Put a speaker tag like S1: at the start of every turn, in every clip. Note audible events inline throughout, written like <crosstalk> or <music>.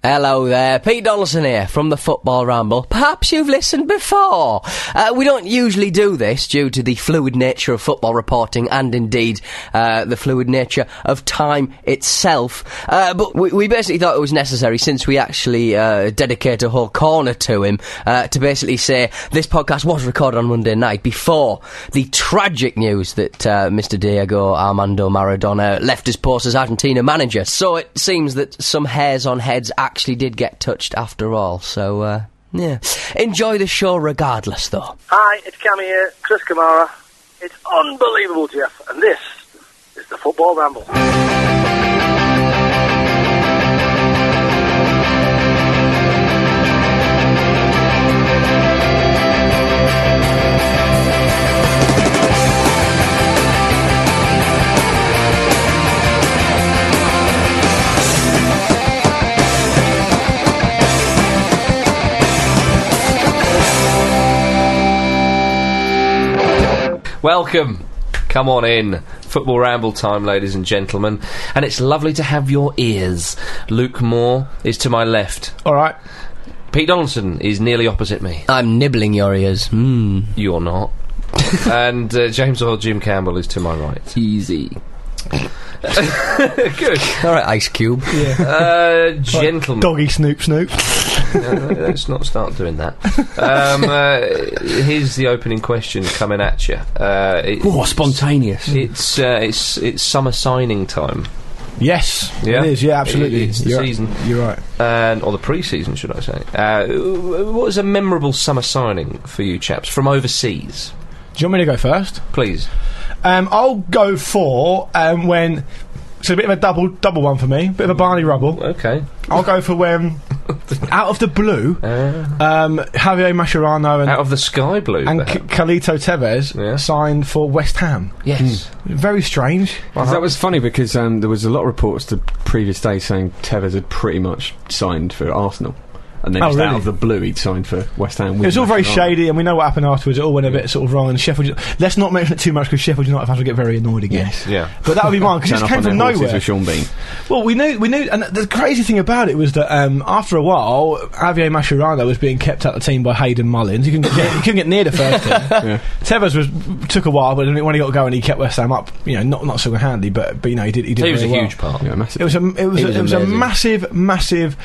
S1: Hello there, Pete Donaldson here from the Football Ramble. Perhaps you've listened before. Uh, we don't usually do this due to the fluid nature of football reporting and indeed uh, the fluid nature of time itself. Uh, but we, we basically thought it was necessary since we actually uh, dedicate a whole corner to him uh, to basically say this podcast was recorded on Monday night before the tragic news that uh, Mr. Diego Armando Maradona left his post as Argentina manager. So it seems that some hairs on heads actually did get touched after all. So, uh, yeah. Enjoy the show regardless, though.
S2: Hi, it's Cammy here, Chris Kamara. It's unbelievable, Jeff, and this is the Football Ramble.
S3: Welcome. Come on in. Football ramble time, ladies and gentlemen. And it's lovely to have your ears. Luke Moore is to my left.
S4: All right.
S3: Pete Donaldson is nearly opposite me.
S1: I'm nibbling your ears. Mmm.
S3: You're
S4: <laughs>
S3: not. and uh, James Earl Jim Campbell is to my
S4: <laughs>
S3: right.
S1: Easy.
S3: Good.
S1: All right, Ice Cube.
S3: Uh, gentlemen.
S4: Doggy Snoop Snoop.
S3: No, no, let's not start doing that.
S4: <laughs>
S3: Um, uh, here's the opening question coming at you. Uh, it-
S4: Oh, spontaneous.
S3: it's uh, it's it's summer signing time,
S4: Yes,
S3: Yeah.
S4: it is. Yeah, absolutely.
S3: It- it's the
S4: you're,
S3: season.
S4: You're right.
S3: and Uh, or the pre-season, should I say? Uh, what was a memorable summer signing for you chaps from overseas?
S4: Do you want me to go first?
S3: Please.
S4: Um, I'll go for um, when. So a bit of a double double one for me. Bit of a Barney rubble.
S3: Okay.
S4: I'll go for when, out of the blue,
S3: Uh,
S4: um, Javier Mascherano and
S3: out of the sky blue.
S4: and
S3: perhaps.
S4: K- Carlito Tevez
S3: Yeah.
S4: signed for West Ham.
S3: yes.
S4: Very strange.
S5: 'Cause That was funny because um, there was a lot of reports the previous day saying Tevez had pretty much signed for Arsenal, and then
S4: Oh,
S5: just
S4: really?
S5: out of the blue he'd signed for West Ham.
S4: It
S5: with
S4: was all very
S5: Nacional.
S4: shady, and we know what happened afterwards. It all went a bit sort of wrong. And Sheffield, let's not mention it too much because Sheffield United fans will get very annoyed again.
S5: Yes.
S3: Yeah.
S4: But that would be mine because
S5: <laughs> Turn
S4: it
S5: up
S4: came
S5: on
S4: from
S5: their horses
S4: nowhere.
S5: with Sean Bean.
S4: Well, we knew, we knew, and the crazy thing about it was that um, after a while, Javier Mascherano was being kept out of the team by Hayden Mullins. He couldn't get, he couldn't get near the first
S5: <laughs>
S4: team. Tevez was took a while, but when he got going, he kept West Ham up. You know, not not single handedly, but but you know he did. He did.
S3: He was a
S4: very well.
S3: huge part.
S5: Yeah, massive.
S4: It was a it was,
S5: He
S4: a,
S5: was
S4: it was a
S5: amazing.
S4: massive massive.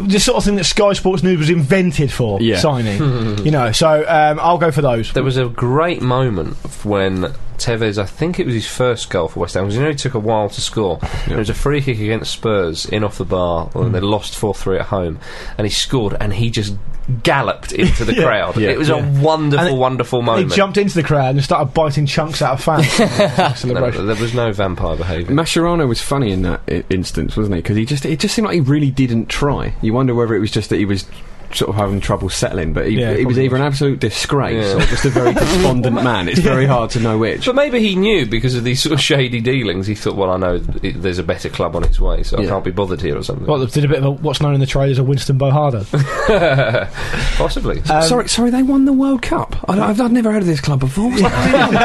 S4: The sort of thing that Sky Sports News was invented for
S5: Yeah.
S4: signing, you know. So um, I'll go for those.
S3: There was a great moment f- when Tevez, I think it was his first goal for West Ham, because you know he took a while to score. It was a free kick against Spurs in off the bar, and
S4: Mm.
S3: they lost 4 3 at home, and he scored, and he just galloped into the
S4: <laughs> Yeah.
S3: crowd.
S5: Yeah.
S3: It was
S4: Yeah.
S3: a wonderful,
S4: And it-
S3: wonderful
S4: he
S3: moment.
S4: jumped into the crowd and started biting chunks out of fans.
S3: No,
S4: celebration.
S3: there was no vampire behaviour.
S5: Mascherano was funny in that I- instance, wasn't he? Because he just it just seemed like he really didn't try. You wonder whether it was just that he was sort of having trouble settling, but he,
S4: Yeah,
S5: it was
S4: probably
S5: either an absolute disgrace
S3: Yeah.
S5: or just a very despondent man. It's very hard to know which.
S3: But maybe he knew because of these sort of shady dealings. He thought, well, I know th- there's a better club on its way, so I
S5: Yeah.
S3: can't be bothered here or something.
S4: Well, did a bit of a, what's known in the trade as a Winston Bohada. <laughs>
S3: Possibly.
S4: Um,
S5: sorry, sorry, they won the World Cup. I don't, I've, I've never heard of this club before.
S4: exactly.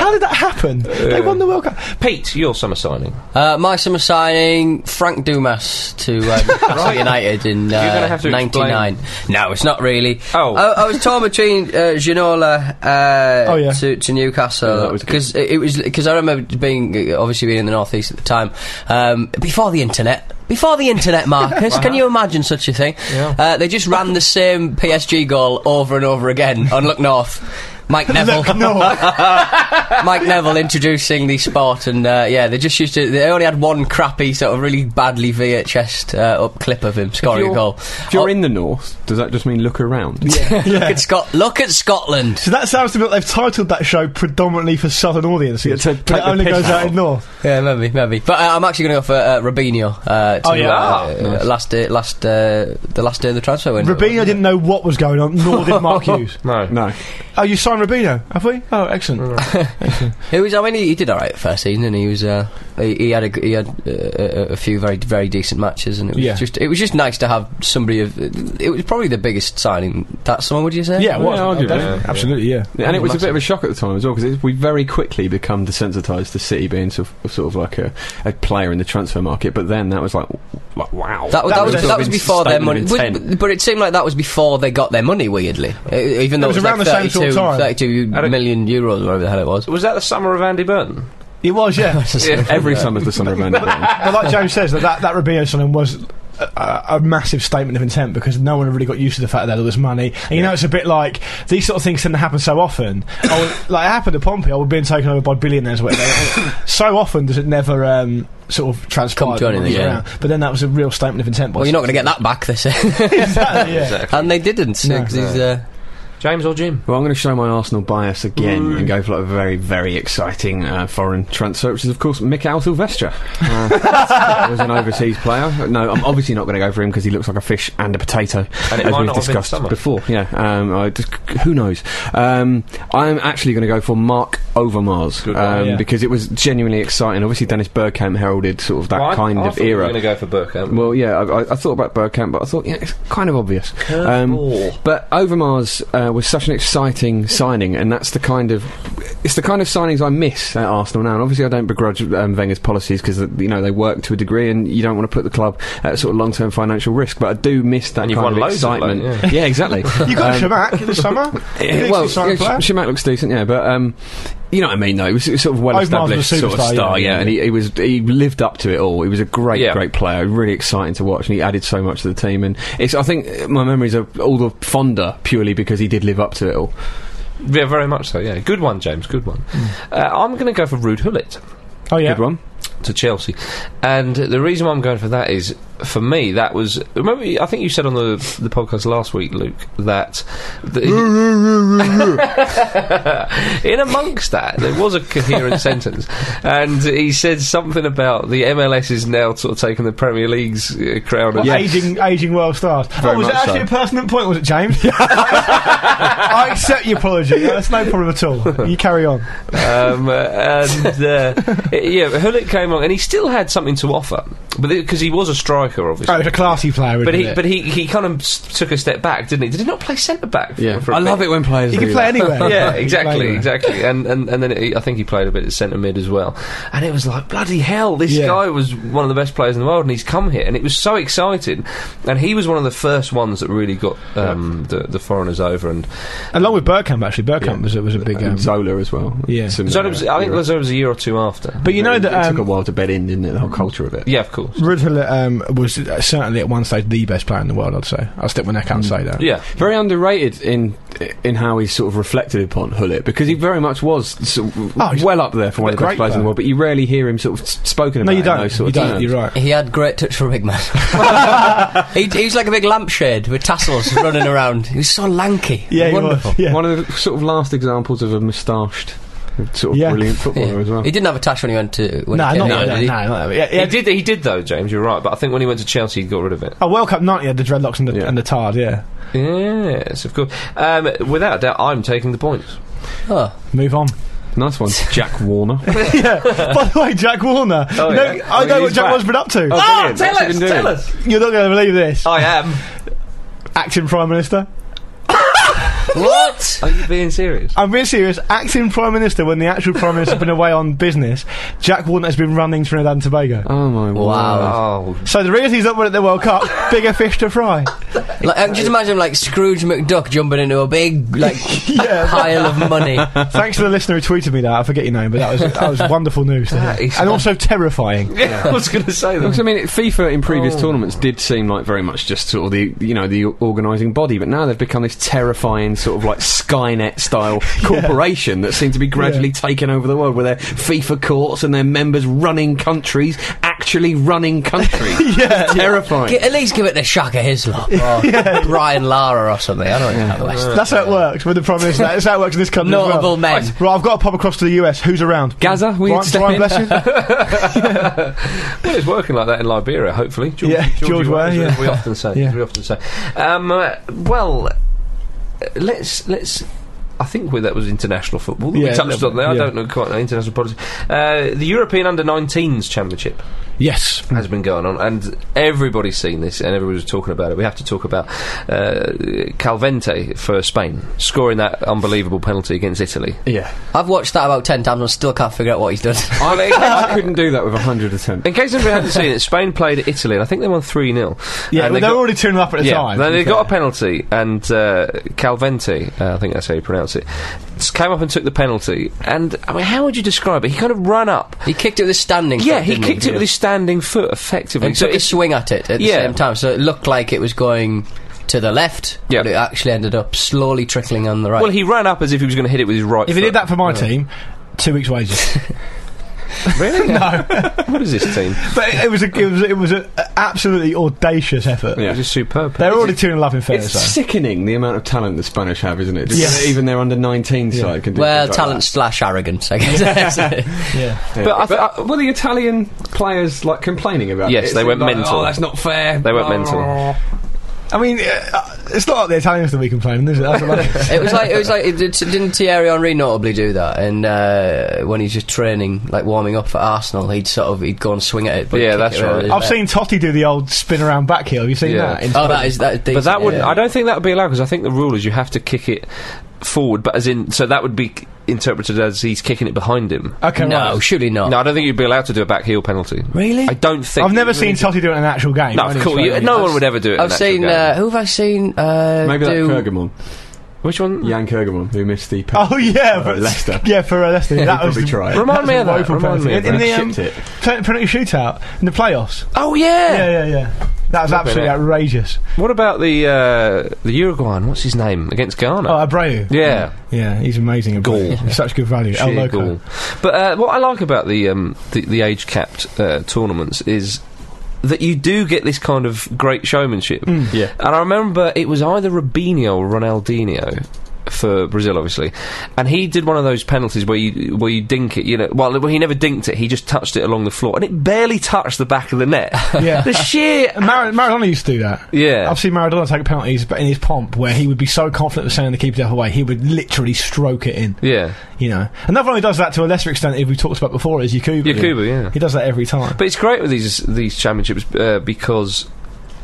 S4: How did that happen? They won the World Cup.
S3: Pete, your summer signing.
S1: Uh, my summer signing, Frank Dumas to
S3: <laughs>
S1: uh, Newcastle United in uh,
S3: You're gonna have to
S1: 99. No, it's not really.
S3: Oh.
S1: I, I was torn between uh, Ginola uh,
S4: Oh, yeah.
S1: to, to
S5: Yeah, that
S1: Newcastle
S5: was good.
S1: because it was because I remember being uh, obviously being in the northeast at the time um, before the internet. Before the
S3: <laughs>
S1: internet, Marcus, can you imagine such a thing?
S3: Yeah.
S1: Uh, they just ran the same PSG goal over and over again on Look North.
S3: <laughs>
S1: Mike Neville. Mike Neville introducing the sport, and uh, yeah, they just used to. They only had one crappy, sort of really badly VHS uh, up clip of him scoring a goal.
S5: If
S1: Oh,
S5: you're in the north, does that just mean look around?
S1: look at Scot- look at Scotland.
S4: <laughs> So that sounds to me like they've titled that show predominantly for southern audiences,
S5: Yeah, to
S4: but
S5: take
S4: it
S5: the
S4: only
S5: piss
S4: goes out,
S5: out.
S4: in north.
S1: Yeah, maybe, maybe. But uh, I'm actually going to go for uh, Robinho. Uh, to,
S4: Oh, yeah.
S1: uh,
S4: Ah,
S1: uh, last day, last uh, the last day of the transfer window.
S4: Rabino didn't know what was going on, nor did Mark Hughes.
S3: No.
S5: No.
S4: Oh, you signed Rabino, have we? Oh, excellent.
S1: He was. I mean, he, he did all right first season, and he was. Uh, he, he had a g- he had uh, a, a few very very decent matches, and it was
S4: Yeah.
S1: just it was just nice to have somebody of. It was probably the biggest signing that summer. Would you say?
S4: Yeah, it was.
S5: Yeah, arguably,
S4: definitely.
S3: yeah.
S4: Absolutely, yeah.
S5: And it was a
S1: Massive.
S5: bit of a shock at the time as well because we very quickly become desensitised to City being sort of, sort of like a, a player in the transfer market. But then that was like, like wow.
S1: That, was that, was,
S5: sort
S1: that
S5: of
S1: was
S5: in-
S1: before their money,
S5: statement of
S1: was-
S5: intent.
S1: but, it seemed like that was before they got their money. Weirdly, Uh, even though
S4: It was
S1: like
S4: around the same sort of
S1: 32,
S4: time.
S1: 32
S3: I don't-
S1: million euros, whatever the hell it was.
S3: Was that the summer of Andy Burton?
S4: It was, yeah.
S5: Every summer's the summer of
S1: <laughs>
S5: Andy Burton.
S4: but like James says, that that, that Rabinho signing was a, a massive statement of intent because no one really got used to the fact that there was money. And you know, it's a bit like these sort of things tend to happen so often. I would, like it happened to Pompey, I was being taken over by billionaires. Whatever. so often does it never um, sort of transpire.
S1: Come to anything, yeah.
S4: But then that was a real statement of intent. by
S1: Well, you're not going to get that back, they say,
S4: Exactly, <laughs> yeah.
S1: and they didn't. so-
S4: No.
S1: 'cause he's, uh,
S3: James or Jim?
S5: Well, I'm going to show my Arsenal bias again and go for like a very, very exciting uh, foreign transfer, which is, of course, Mikhail
S3: <laughs>
S5: Silvestre. Uh, he was an overseas player. No, I'm obviously not going to go for him because he looks like a fish and a potato,
S3: And it
S5: as
S3: might not have
S5: we've
S3: been
S5: discussed
S3: summer.
S5: before. Yeah, um, I just, who knows? Um, I'm actually going to go for Mark Overmars
S3: Good one,
S5: um,
S4: yeah.
S5: because it was genuinely exciting. Obviously, Dennis Bergkamp heralded sort of that
S3: Well, I-
S5: kind
S3: I
S5: of
S3: thought We were
S5: era.
S3: going to go for Burkham.
S5: Um, Well, yeah, I, I- I thought about Bergkamp, but I thought, yeah, it's kind of obvious. Um,
S3: Curveball.
S5: but Overmars uh, was such an exciting signing, and that's the kind of it's the kind of signings I miss at Arsenal now. And obviously, I don't begrudge um, Wenger's policies because you know they work to a degree, and you don't want to put the club at sort of long-term financial risk. But I do miss that
S3: And you've won
S5: kind of
S3: loads of
S5: excitement.
S3: loan,
S5: yeah. exactly.
S4: You got
S5: Um,
S4: Shamak in the summer.
S5: yeah,
S4: He
S5: well,
S4: looks like a
S5: yeah,
S4: player.
S5: Sh- Shimak looks decent, yeah, but um, you know what I mean, though. He was, he was sort of well
S4: Overmars was
S5: established
S4: a
S5: sort of
S4: superstar,
S5: star,
S4: yeah,
S5: yeah,
S4: yeah.
S5: and he, he was he lived up to it all. He was a great,
S3: Yeah.
S5: great player, really exciting to watch, and he added so much to the team. And it's, I think, uh, my memories are all the fonder purely because he did live up to it all.
S3: Yeah, very much so. Yeah, good one, James. Good one.
S5: Mm.
S3: Uh, I'm going to go for Rude Hullet
S4: oh yeah.
S5: Good one.
S3: to Chelsea, and the reason why I'm going for that is for me that was remember I think you said on the the podcast last week, Luke, that the, <laughs> in amongst that there was a coherent sentence, and he said something about the MLS is now sort of taking the Premier League's uh, crown.
S4: Well,
S3: and-
S4: Aging, aging world stars.
S5: Very
S4: oh, was it
S5: much
S4: actually
S5: so.
S4: a pertinent point? Was it James? <laughs> I accept your apology. That's no problem at all. You carry on.
S3: um, uh, and uh, yeah, Hullet came on, and he still had something to offer, but because he was a striker, obviously.
S4: Oh, it's a classy player,
S3: But he,
S4: isn't it?
S3: but he, he kind of s- took a step back, didn't he? Did he not play centre back?
S5: Yeah,
S3: for a
S5: I
S3: bit?
S5: love it when players.
S4: He can
S5: do
S4: play
S5: that.
S4: anywhere.
S3: <laughs> Yeah,
S4: He can
S3: exactly,
S4: play anywhere.
S3: exactly. And and and then he, I think he played a bit at centre mid as well. And it was like bloody hell, this
S4: Yeah.
S3: guy was one of the best players in the world, and he's come here, and it was so exciting. And he was one of the first ones that really got um, the the foreigners over. And
S4: Along with Bergkamp, actually, Bergkamp was was, was a big. Um,
S5: And Zola as well.
S4: Yeah.
S5: Similar
S3: Zola was, I think
S5: era.
S3: Zola was a year or two after.
S4: but you know
S5: it,
S4: that
S5: it took a
S4: um,
S5: while to bed in, didn't it? The whole culture of it.
S3: Yeah, of course.
S4: Ridley, um was uh, certainly at one stage the best player in the world. I'd say. I'll stick my neck out and say that.
S3: Yeah.
S5: very underrated in in how he's sort of reflected upon Hullet because he very much was sort of
S4: Oh, he's
S5: well up there for one of the
S4: great
S5: best players
S4: player.
S5: in the world. But you rarely hear him sort of s- spoken
S4: No,
S5: about.
S4: you
S5: In
S4: don't.
S5: those sort
S4: You
S5: of
S4: don't.
S5: terms.
S4: You're right.
S1: He had great touch for a big
S4: <laughs>
S1: man. he, he was like a big lampshade with tassels running around. He was so lanky.
S4: Yeah, he
S1: wonderful.
S4: was. Yeah.
S5: One of the sort of last examples of a moustached sort of
S4: Yeah.
S5: brilliant footballer
S1: Yeah.
S5: as well.
S1: He didn't have a tash when he went to. When
S4: No,
S1: he
S4: not
S1: came
S4: no,
S1: here,
S4: no,
S1: did he?
S4: no. Yeah,
S3: He
S4: yeah.
S3: did. He did though, James. You're right. But I think when he went to Chelsea, he got rid of it.
S4: Oh, World Cup '90 had the dreadlocks and the,
S5: Yeah.
S4: and the tard. Yeah.
S3: Yes, of course. Um, without a doubt, I'm taking the points.
S1: Oh.
S4: Move on.
S1: <laughs>
S5: Nice one, Jack Warner.
S4: yeah. By the way, Jack Warner.
S3: Oh,
S4: you know,
S3: yeah.
S4: I
S3: Oh,
S4: know
S3: he's
S4: what Jack
S3: back.
S4: Warner's been up to. Ah,
S3: Oh,
S5: brilliant. What's he been doing?
S3: us.
S4: You're not going to believe this.
S3: I am.
S4: Acting Prime Minister.
S1: What?
S3: Are you being serious?
S4: I'm being serious. Acting Prime Minister when the actual Prime Minister has been away on business. Jack Warner has been running Trinidad and Tobago.
S5: Oh my
S1: Wow.
S3: Oh,
S4: So the reason he's not winning the World Cup, bigger fish to fry.
S3: <laughs>
S1: Like, I can just imagine like Scrooge McDuck jumping into a big like
S4: <laughs>
S1: pile of money.
S4: Thanks to the listener who tweeted me that. I forget your name, but that was that was wonderful news. To hear.
S3: is-
S4: And also
S3: <laughs>
S4: terrifying.
S3: yeah. I was going to say
S5: Because,
S3: that.
S5: I mean, it- FIFA in previous tournaments did seem like very much just sort of the you know the organising body, but now they've become this terrifying sort of like Skynet <laughs> style corporation that seem to be gradually taking over the world with their FIFA courts and their members running countries, actually running countries. <laughs> yeah, terrifying.
S1: G- at least give it to Shaka
S3: <laughs>
S1: Hislop or Brian Lara or something. I don't know how the West.
S4: That's how it works with the Prime Minister. That's how it works in this country. as well.
S1: Notable men.
S4: Right, Right, I've got to pop across to the US. Who's around?
S5: Gaza, will you
S4: Brian,
S5: step in?
S4: Brian
S3: <laughs>
S4: Blessing?
S3: Well, it's working like that in Liberia, hopefully. George,
S4: Yeah, George Weah,
S3: as we-
S4: yeah.
S3: as we often say.
S4: Yeah.
S3: as we often say. Um, uh, well, uh, let's let's. I think we, that was international football. that
S4: Yeah,
S3: we
S4: a
S3: touched
S4: little
S3: on
S4: bit,
S3: there. I
S4: yeah.
S3: don't know quite international politics. Uh, the European Under 19s Championship
S4: yes.
S3: has been going on, and everybody's seen this, and everybody's talking about it. We have to talk about uh, Calvente for Spain scoring that unbelievable penalty against Italy.
S5: Yeah.
S1: I've watched that about ten times and still can't figure out what he's done. <laughs>
S5: I, I couldn't do that with a 100 attempts.
S3: In case anybody hadn't seen it, Spain played Italy, and I think they won three 0
S4: Yeah, well,
S3: they
S4: they were
S3: got-
S4: already 2 0 up at the time.
S3: Then
S4: to
S3: they
S4: be
S3: got a
S4: fair.
S3: penalty, and uh, Calventi, uh, I think that's how you pronounce it, s- came up and took the penalty. And I mean, how would you describe it? He kind of ran up.
S1: he kicked it with a standing.
S3: Yeah,
S1: foot,
S3: he
S1: didn't
S3: kicked it with his standing foot, effectively.
S1: and took a
S3: it's-
S1: swing at it at the
S3: Yeah.
S1: same time, so it looked like it was going to the left,
S3: Yeah.
S1: but it actually ended up slowly trickling on the right.
S3: well, he ran up as if he was going to hit it with his right.
S4: If he
S3: foot.
S4: did that for my team, two weeks' <laughs> wages.
S3: <laughs> really? no. what is this team?
S4: but it, it was a, it was it was an absolutely audacious effort.
S3: It was just superb.
S4: They're already 2 0 up in fairness.
S5: It's
S4: though.
S5: sickening the amount of talent the Spanish have, isn't it? Just
S4: Yes.
S5: Even their under 19 side can do
S1: well,
S5: things like
S1: talent slash arrogance, I guess. <laughs>
S4: Yeah.
S5: that.
S3: But I th-
S5: But, uh, were the Italian players like complaining about
S3: Yes,
S5: it?
S3: they
S5: It's
S3: went
S5: like,
S3: mental.
S5: Oh, that's not fair. Oh.
S3: They went
S5: Blah,
S3: mental.
S5: blah, blah,
S4: I mean, uh, it's not like the Italians that we complain, is it? That's what <laughs> I-
S1: It was like it was like it, did- didn't Thierry Henry notably do that? And uh, when he's just training, like warming up for Arsenal, he'd sort of he'd go and swing at it. But
S3: Yeah,
S1: he'd kick
S3: that's
S1: it around
S3: right.
S1: his
S4: I've
S1: net.
S4: seen Totti do the old spin around back heel. Have you seen
S3: Yeah.
S4: that? In
S1: Oh,
S4: Spain?
S1: that is that. Is
S3: But
S1: decent,
S3: that wouldn't.
S1: yeah.
S3: I don't think that would be allowed because I think the rule is you have to kick it forward, but as in, so that would be c- interpreted as he's kicking it behind him.
S4: Okay,
S1: No,
S4: right.
S1: surely not.
S3: No, I don't think you'd be allowed to do a back heel penalty.
S4: Really?
S3: I don't think.
S4: I've never seen Totti do it in an actual game.
S3: No,
S4: Only
S3: of
S4: in
S3: course. you-
S4: Spain.
S3: no one would ever do it. in
S1: I've
S3: an
S1: seen.
S3: actual
S1: Uh,
S3: game.
S1: who have I seen? Uh,
S5: blah. Maybe that
S1: do-
S5: Pergamon,
S1: uh,
S3: Which one?
S5: Jan Pergamon, who missed the. penalty.
S4: Oh yeah,
S5: Oh,
S4: but
S5: Leicester.
S4: <laughs> Yeah, for uh,
S5: <laughs>
S4: Leicester. that was
S5: probably tried.
S4: that
S3: Remind
S4: was
S3: me
S4: a
S3: of that,
S4: woeful
S3: remind
S4: penalty.
S3: me of
S4: in, in
S3: that.
S4: the um,
S5: Shipped it.
S4: pen- penalty shootout in the playoffs.
S3: Oh yeah.
S4: Yeah, yeah, yeah. That was absolutely
S3: hell.
S4: outrageous.
S3: What about the uh, the Uruguayan? What's his name against Ghana?
S4: Oh, Abreu.
S3: yeah,
S4: Yeah, he's amazing. Abreu. He's such good value. El
S3: sheer
S4: Loco.
S3: gall. But uh, what I like about the um, the, the age capped uh, tournaments is that you do get this kind of great showmanship.
S4: Mm.
S5: Yeah.
S3: And I remember it was either Rubinho or Ronaldinho for Brazil, obviously, and he did one of those penalties where you where you dink it. You know, well, he never dinked it. He just touched it along the floor, and it barely touched the back of the
S4: <laughs>
S3: net. <laughs>
S4: Yeah.
S3: the sheer.
S4: Mar- Maradona used to do that.
S3: Yeah.
S4: I've seen Maradona take penalties, but in his pomp, where he would be so confident of sending the keeper the other way, he would literally stroke it in.
S3: Yeah.
S4: You know, another one who does that to a lesser extent, if we talked about before, is Yakubu.
S3: Yakubu, yeah.
S4: He does that every time.
S3: But it's great with these these championships uh, because.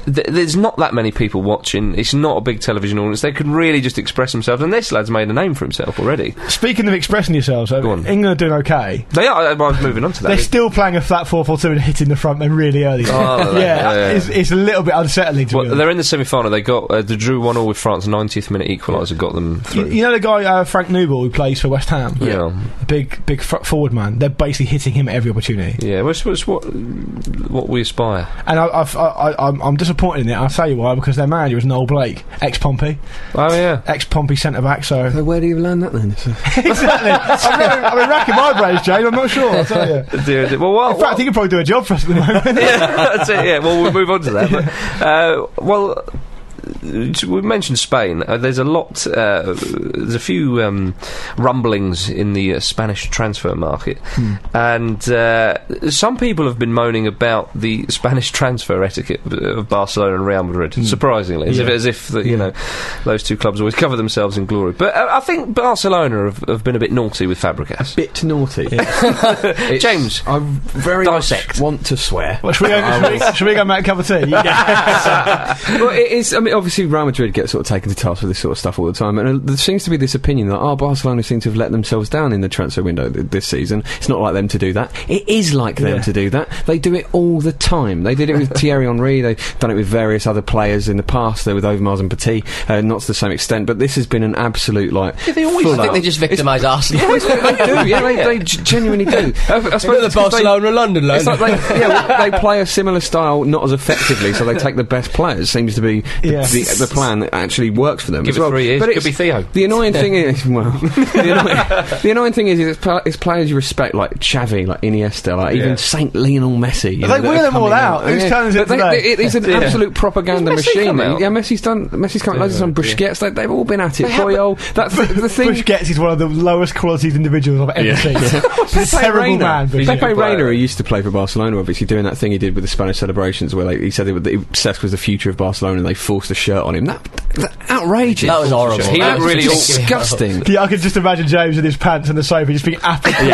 S3: Th- there's not that many people watching. It's not a big television audience. They can really just express themselves, and this lad's made a name for himself already.
S4: Speaking of expressing yourselves, uh,
S3: Go on.
S4: England are doing okay.
S3: They are. I was moving on to
S4: They're
S3: that.
S4: still playing a flat 4 4 2 and hitting the front men really early.
S3: Oh,
S4: <laughs> yeah,
S3: yeah, yeah.
S4: It's, it's a little bit unsettling to
S3: Well,
S4: be honest.
S3: they're in the semi-final. They got uh, they drew one all with France. 90th minute equaliser got them
S4: You,
S3: through.
S4: you know the guy uh, Frank Newball who plays for West Ham,
S3: yeah,
S4: a big big fr- forward man. They're basically hitting him at every opportunity,
S3: yeah. Which was what what we aspire.
S4: and I, I've, I, I, I'm, I'm disappointed in it. I'll tell you why because their manager is Noel Blake, ex Pompey,
S3: Oh
S4: <laughs>
S3: yeah.
S4: ex Pompey centre back. So <laughs>
S5: So where do you learn that then? It's a-
S4: exactly, I'm, really- I'm racking my brains, James. I'm not sure. I'll tell you.
S3: Dear, dear. Well, well,
S4: In fact, he could probably do a job for us at the moment.
S3: <laughs> that's it. Yeah. Well, we'll move on to that. But, uh, well, uh, we mentioned Spain. Uh, there's a lot. Uh, there's a few um, rumblings in the uh, Spanish transfer market,
S5: Hmm.
S3: and uh, some people have been moaning about the <laughs> Spanish transfer etiquette of- of Barcelona and Real Madrid.
S5: Hmm.
S3: Surprisingly, as if, as if the, you know those two clubs always cover themselves in glory. But uh, I think Barcelona have, have been a bit naughty with Fabregas.
S5: bit
S3: <laughs>
S5: naughty. It's-
S3: James,
S5: I very
S3: dissect.
S5: much want to swear.
S4: Well, should, we go, should, we, should we go make a cup of tea?
S5: well, it is. I mean, obviously, Real Madrid gets sort of taken to task for this sort of stuff all the time, and uh, there seems to be this opinion that oh, Barcelona seem to have let themselves down in the transfer window th- this season. It's not like them to do that. It is like them
S4: Yeah.
S5: to do that. They do it all the time. They
S1: <laughs>
S5: did it with Thierry Henry. They've done it with various other players in the past. There with Overmars and Petit, uh, not to the same extent, but this has been an absolute like.
S1: they always. I think they just victimise <laughs> Arsenal.
S5: They do, yeah, they,
S1: <laughs>
S5: they g- genuinely do. I, I suppose it's 'cause they-
S1: London
S5: it's like they, yeah, well, they play a similar style, not as effectively, so they take the best players. Seems to be the
S4: Yeah. Yeah.
S5: the, the plan that actually works for them.
S3: Give
S5: as
S3: it
S5: well.
S3: three years,
S5: But
S3: it could
S5: it's-
S3: be Theo.
S5: The annoying thing is, <laughs> well, the annoying, the annoying thing is, is it's, pla- it's players you respect like Xavi, like Iniesta, like even
S3: Yeah.
S5: Saint Lionel Messi. you
S4: They
S5: know, that
S4: wheel
S5: are
S4: them all
S5: coming
S4: out. Whose turn is it
S5: But they-
S4: today?
S5: they- it- it's an
S3: Yeah.
S5: absolute propaganda
S3: Has Messi
S5: machine.
S3: come out?
S5: Yeah, Messi's done. Messi's come out loads of some Busquets. They, they've all been at it. Boyol. That's the, the thing.
S4: Bush gets is one of the lowest qualities individuals I've ever
S5: <laughs>
S4: seen. He's a
S5: Pepe
S4: terrible
S5: Reina.
S4: man. But
S3: He's-
S5: Pepe
S3: player.
S5: Reina, who used to play for Barcelona, obviously doing that thing he did with the Spanish celebrations, where like, he said that Cesc was the future of Barcelona, and they forced a shirt on him. That, that outrageous.
S1: That was horrible.
S3: He
S1: That
S3: looked
S1: was
S3: really
S1: just-
S3: awkward.
S5: <laughs> disgusting.
S4: yeah, I could just imagine James in his pants on the sofa just being apathy.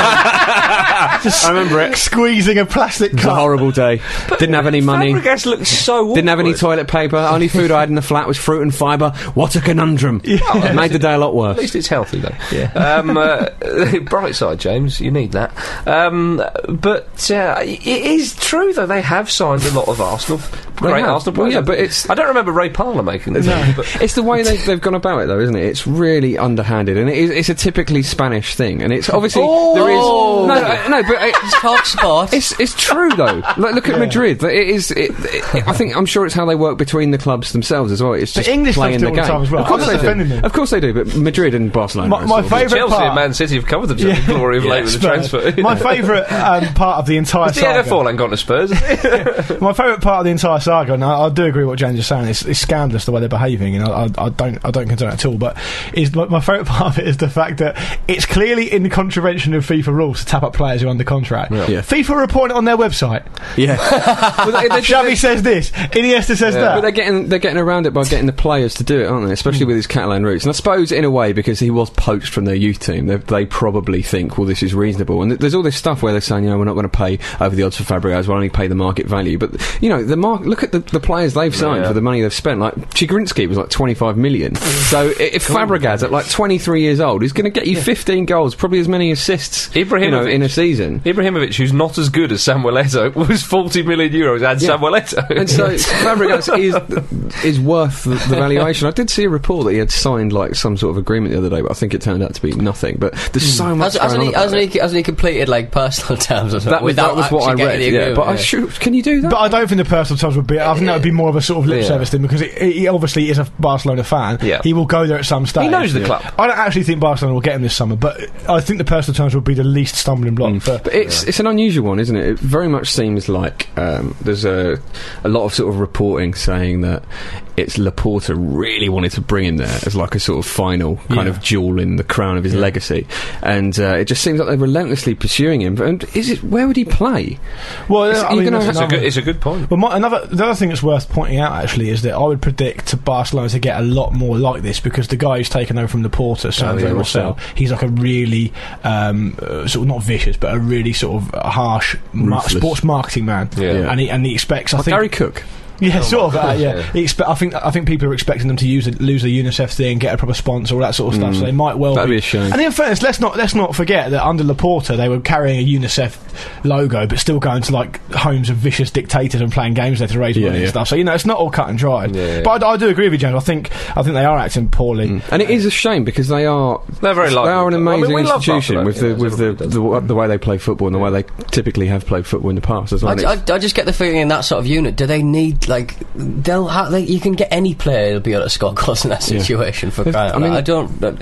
S4: just
S5: I remember it.
S4: squeezing a plastic
S5: It was a
S4: cup.
S5: horrible day. Didn't have any money.
S3: Fabregas looked so
S5: Didn't have any
S3: awkward.
S5: toilet paper. Only food I had in the flat was fruit and fibre. What a conundrum! It Made the day a lot
S3: At
S5: worse.
S3: least it's healthy, though. <laughs> Um, uh, bright side, James. You need that. Um, but uh, it is true, though. They have signed a lot of Arsenal, great
S5: have.
S3: Arsenal
S5: Well,
S3: players.
S5: yeah, but it's-
S3: I don't remember Ray Parler making the team. <laughs> But
S5: It's the way they've, they've gone about it, though, isn't it? It's really underhanded, and it is, it's a typically Spanish thing. And it's obviously there is
S1: Oh!
S5: no, uh, no, but it,
S1: Talk sport.
S5: It's it's true though. Like, look at Madrid. Like, It is. It, it, I think I'm sure it's how they work between the clubs themselves as well. It's just
S4: English
S5: playing
S4: clubs do
S5: the
S4: it all the time
S5: game.
S4: as well.
S5: Of course
S4: I'm not
S5: they
S4: defending
S5: do.
S4: them.
S5: Of course they do. But Madrid and Barcelona.
S4: My- my
S5: are sort of-
S4: favourite
S3: Chelsea
S4: part-
S3: and Man City have covered themselves in glory of late with the
S4: Spurs.
S3: transfer.
S4: My favourite um, part of the entire
S3: It's the
S4: saga.
S3: NFL ain't gone to Spurs.
S5: <laughs>
S4: My favourite part of the entire saga, and I, I do agree with what James is saying. It's, it's scandalous the way they're behaving, and I, I, I don't, I don't condone it at all. But is my, my favourite <laughs> part of it is the fact that it's clearly in contravention of FIFA rules to tap up players who are under contract.
S5: Yeah.
S4: FIFA report it on their website.
S5: Yeah.
S4: <laughs>
S5: Well, they- they-
S4: Xavi says this, Iniesta says
S5: But they're
S4: that.
S5: getting they're getting around it by getting the players to do it, aren't they? Especially with his Catalan roots. And I suppose in a way because he was poached from their youth team, they, they probably think, well, this is reasonable. And th- there's all this stuff where they're saying, you know, we're not going to pay over the odds for Fabregas, we'll only pay the market value. But you know, the mark. Look at the, the players they've signed
S3: Yeah.
S5: for the money they've spent. Like Chigrinsky was like 25 million.
S3: Mm.
S5: so i- if Fabregas at like 23 years old is going to get you 15 goals, probably as many assists, you know,
S3: Ibrahimovic.
S5: in a season.
S3: Ibrahimovic, who's not as good as Samuel Eto'o, <laughs> was 40 million euros and
S5: Yeah.
S3: Samuel Eto'o.
S5: And <laughs> so Fabregas is is worth the, the valuation. I did see a report that he had signed like some sort of agreement the other day, but I think it turned out to be nothing. But there's so
S1: Has,
S5: much.
S1: Mm.
S5: going
S1: hasn't,
S5: on
S1: he,
S5: about
S1: hasn't,
S5: it.
S1: he, hasn't he completed like personal terms or something?
S5: That was,
S1: without
S5: that was what I
S1: actually
S5: read.
S1: getting the
S5: Yeah, but I
S1: agreement?
S5: should, can you do that?
S4: But I don't think the personal touch would be. I think that would be more of a sort of lip
S3: Yeah.
S4: service thing because it, he obviously is a Barcelona fan.
S3: Yeah.
S4: He will go there at some stage.
S3: he knows the club.
S4: I don't actually think Barcelona will get him this summer, but I think the personal terms will be the least stumbling
S3: Mm.
S4: block for.
S5: But it's it's an unusual one, isn't it? It very much seems like um, there's a a lot of sort of reporting saying that it's Laporta really wanted to bring him there as like a sort of final kind of jewel in the crown of his legacy, and uh, it just seems like they're relentlessly pursuing him. And is it where would he play?
S4: Well,
S5: It's-
S4: I
S5: you're
S4: mean,
S5: gonna
S4: that's
S5: have-
S3: <laughs> It's a,
S4: another-
S3: good, it's a good point.
S4: Well, my, another the other thing that's worth pointing out actually is that I would predict to Barcelona to get a lot more like this because the guy who's taken over from the
S3: Oh,
S4: Porter, Sandro
S5: yeah,
S4: Rossell,
S5: Rossell.
S4: he's like a really um, uh, sort of not vicious, but a really sort of harsh ma-
S5: Ruthless.
S4: sports marketing man.
S3: Yeah.
S5: Yeah.
S4: And he and he expects. I think
S5: Gary Cook.
S4: yeah, sort of. uh, yeah,
S3: yeah.
S4: He expe- I think I think people are expecting them to use it, lose the UNICEF thing, get a proper sponsor, all that sort of stuff. So they might well
S5: That'd be a shame.
S4: And in fairness, let's not let's not forget that under Laporta they were carrying a UNICEF logo, but still going to like homes of vicious dictators and playing games there to raise
S5: Yeah,
S4: money
S5: yeah.
S4: and stuff. So you know it's not all cut and dried.
S3: Yeah, yeah.
S4: But I, I do agree with you, James. I think I think they are acting poorly.
S5: Mm. And it is a shame because they are
S3: They're very
S5: they
S3: likable.
S5: are an
S3: I mean,
S5: amazing
S3: we love
S5: institution
S3: Barcelona,
S5: with
S3: you
S5: the
S3: know,
S5: with the,
S3: everybody
S5: the
S3: does.
S5: w- the way they play football and the way they typically have played football in the past as well.
S1: I,
S5: And
S1: ju-
S5: it's-
S1: I- I just get the feeling in that sort of unit, do they need like they'll ha- they, you can get any player who'll be able to score goals in that
S5: Yeah.
S1: situation for
S5: If-
S1: crying
S5: I
S1: out loud.
S5: mean-
S1: I don't. uh,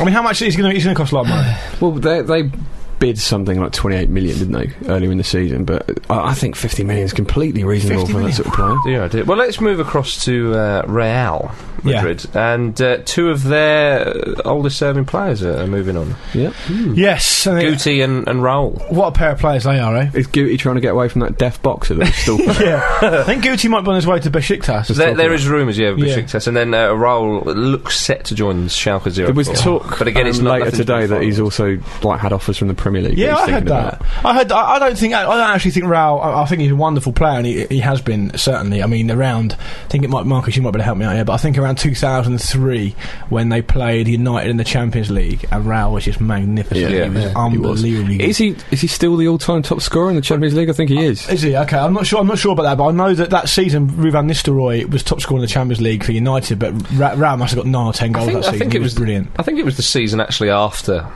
S4: I mean, how much is going to going to cost a lot of money?
S5: Well, they, they bid something like 28 million, didn't they, earlier in the season? But I, I think 50 million is completely reasonable
S4: 50
S5: for that
S4: million.
S5: sort of player.
S3: Yeah, I did. Well, let's move across to uh, Real
S4: Yeah.
S3: Madrid, and uh, two of their uh, oldest serving players are, are moving on.
S5: Yeah.
S4: Yes, and it-
S3: Guti and, and Raul.
S4: what a pair of players they are,
S5: <laughs>
S4: eh?
S5: Is Guti trying to get away from that deaf boxer that was still
S4: yeah, I think Guti might be on his way to Besiktas.
S3: There,
S5: talk
S3: there
S5: about-
S3: is rumours, yeah, of
S4: Yeah.
S3: Besiktas, and then uh, Raul looks set to join Schalke 04.
S5: <laughs> There was talk
S3: but again, it's
S5: um,
S3: not
S5: later
S3: nothing to
S5: today
S3: do
S5: that
S3: with
S5: he's also like had offers from the Premier League.
S4: Yeah,
S5: he's
S4: I
S5: thinking
S4: heard
S5: about.
S4: that. I heard. I I don't think. I don't actually think Raul. I I think he's a wonderful player, and he, he has been certainly. I mean, around. I think it might Marcus. You might be able to help me out here, but I think around 2003 when they played United in the Champions League, and Raul was just magnificent.
S5: Yeah.
S4: he was
S5: Yeah. He was.
S4: unbelievably. good.
S5: Is he is he still the all-time top scorer in the Champions League? I think he is.
S4: Is he okay? I'm not sure. I'm not sure about that, but I know that that season, Ruvan Nistelrooy was top scorer in the Champions League for United, but Ra- Raul must have got nine or ten
S3: I
S4: goals
S3: think,
S4: that season.
S3: I think
S4: He
S3: it was
S4: brilliant.
S3: I think it was the season actually after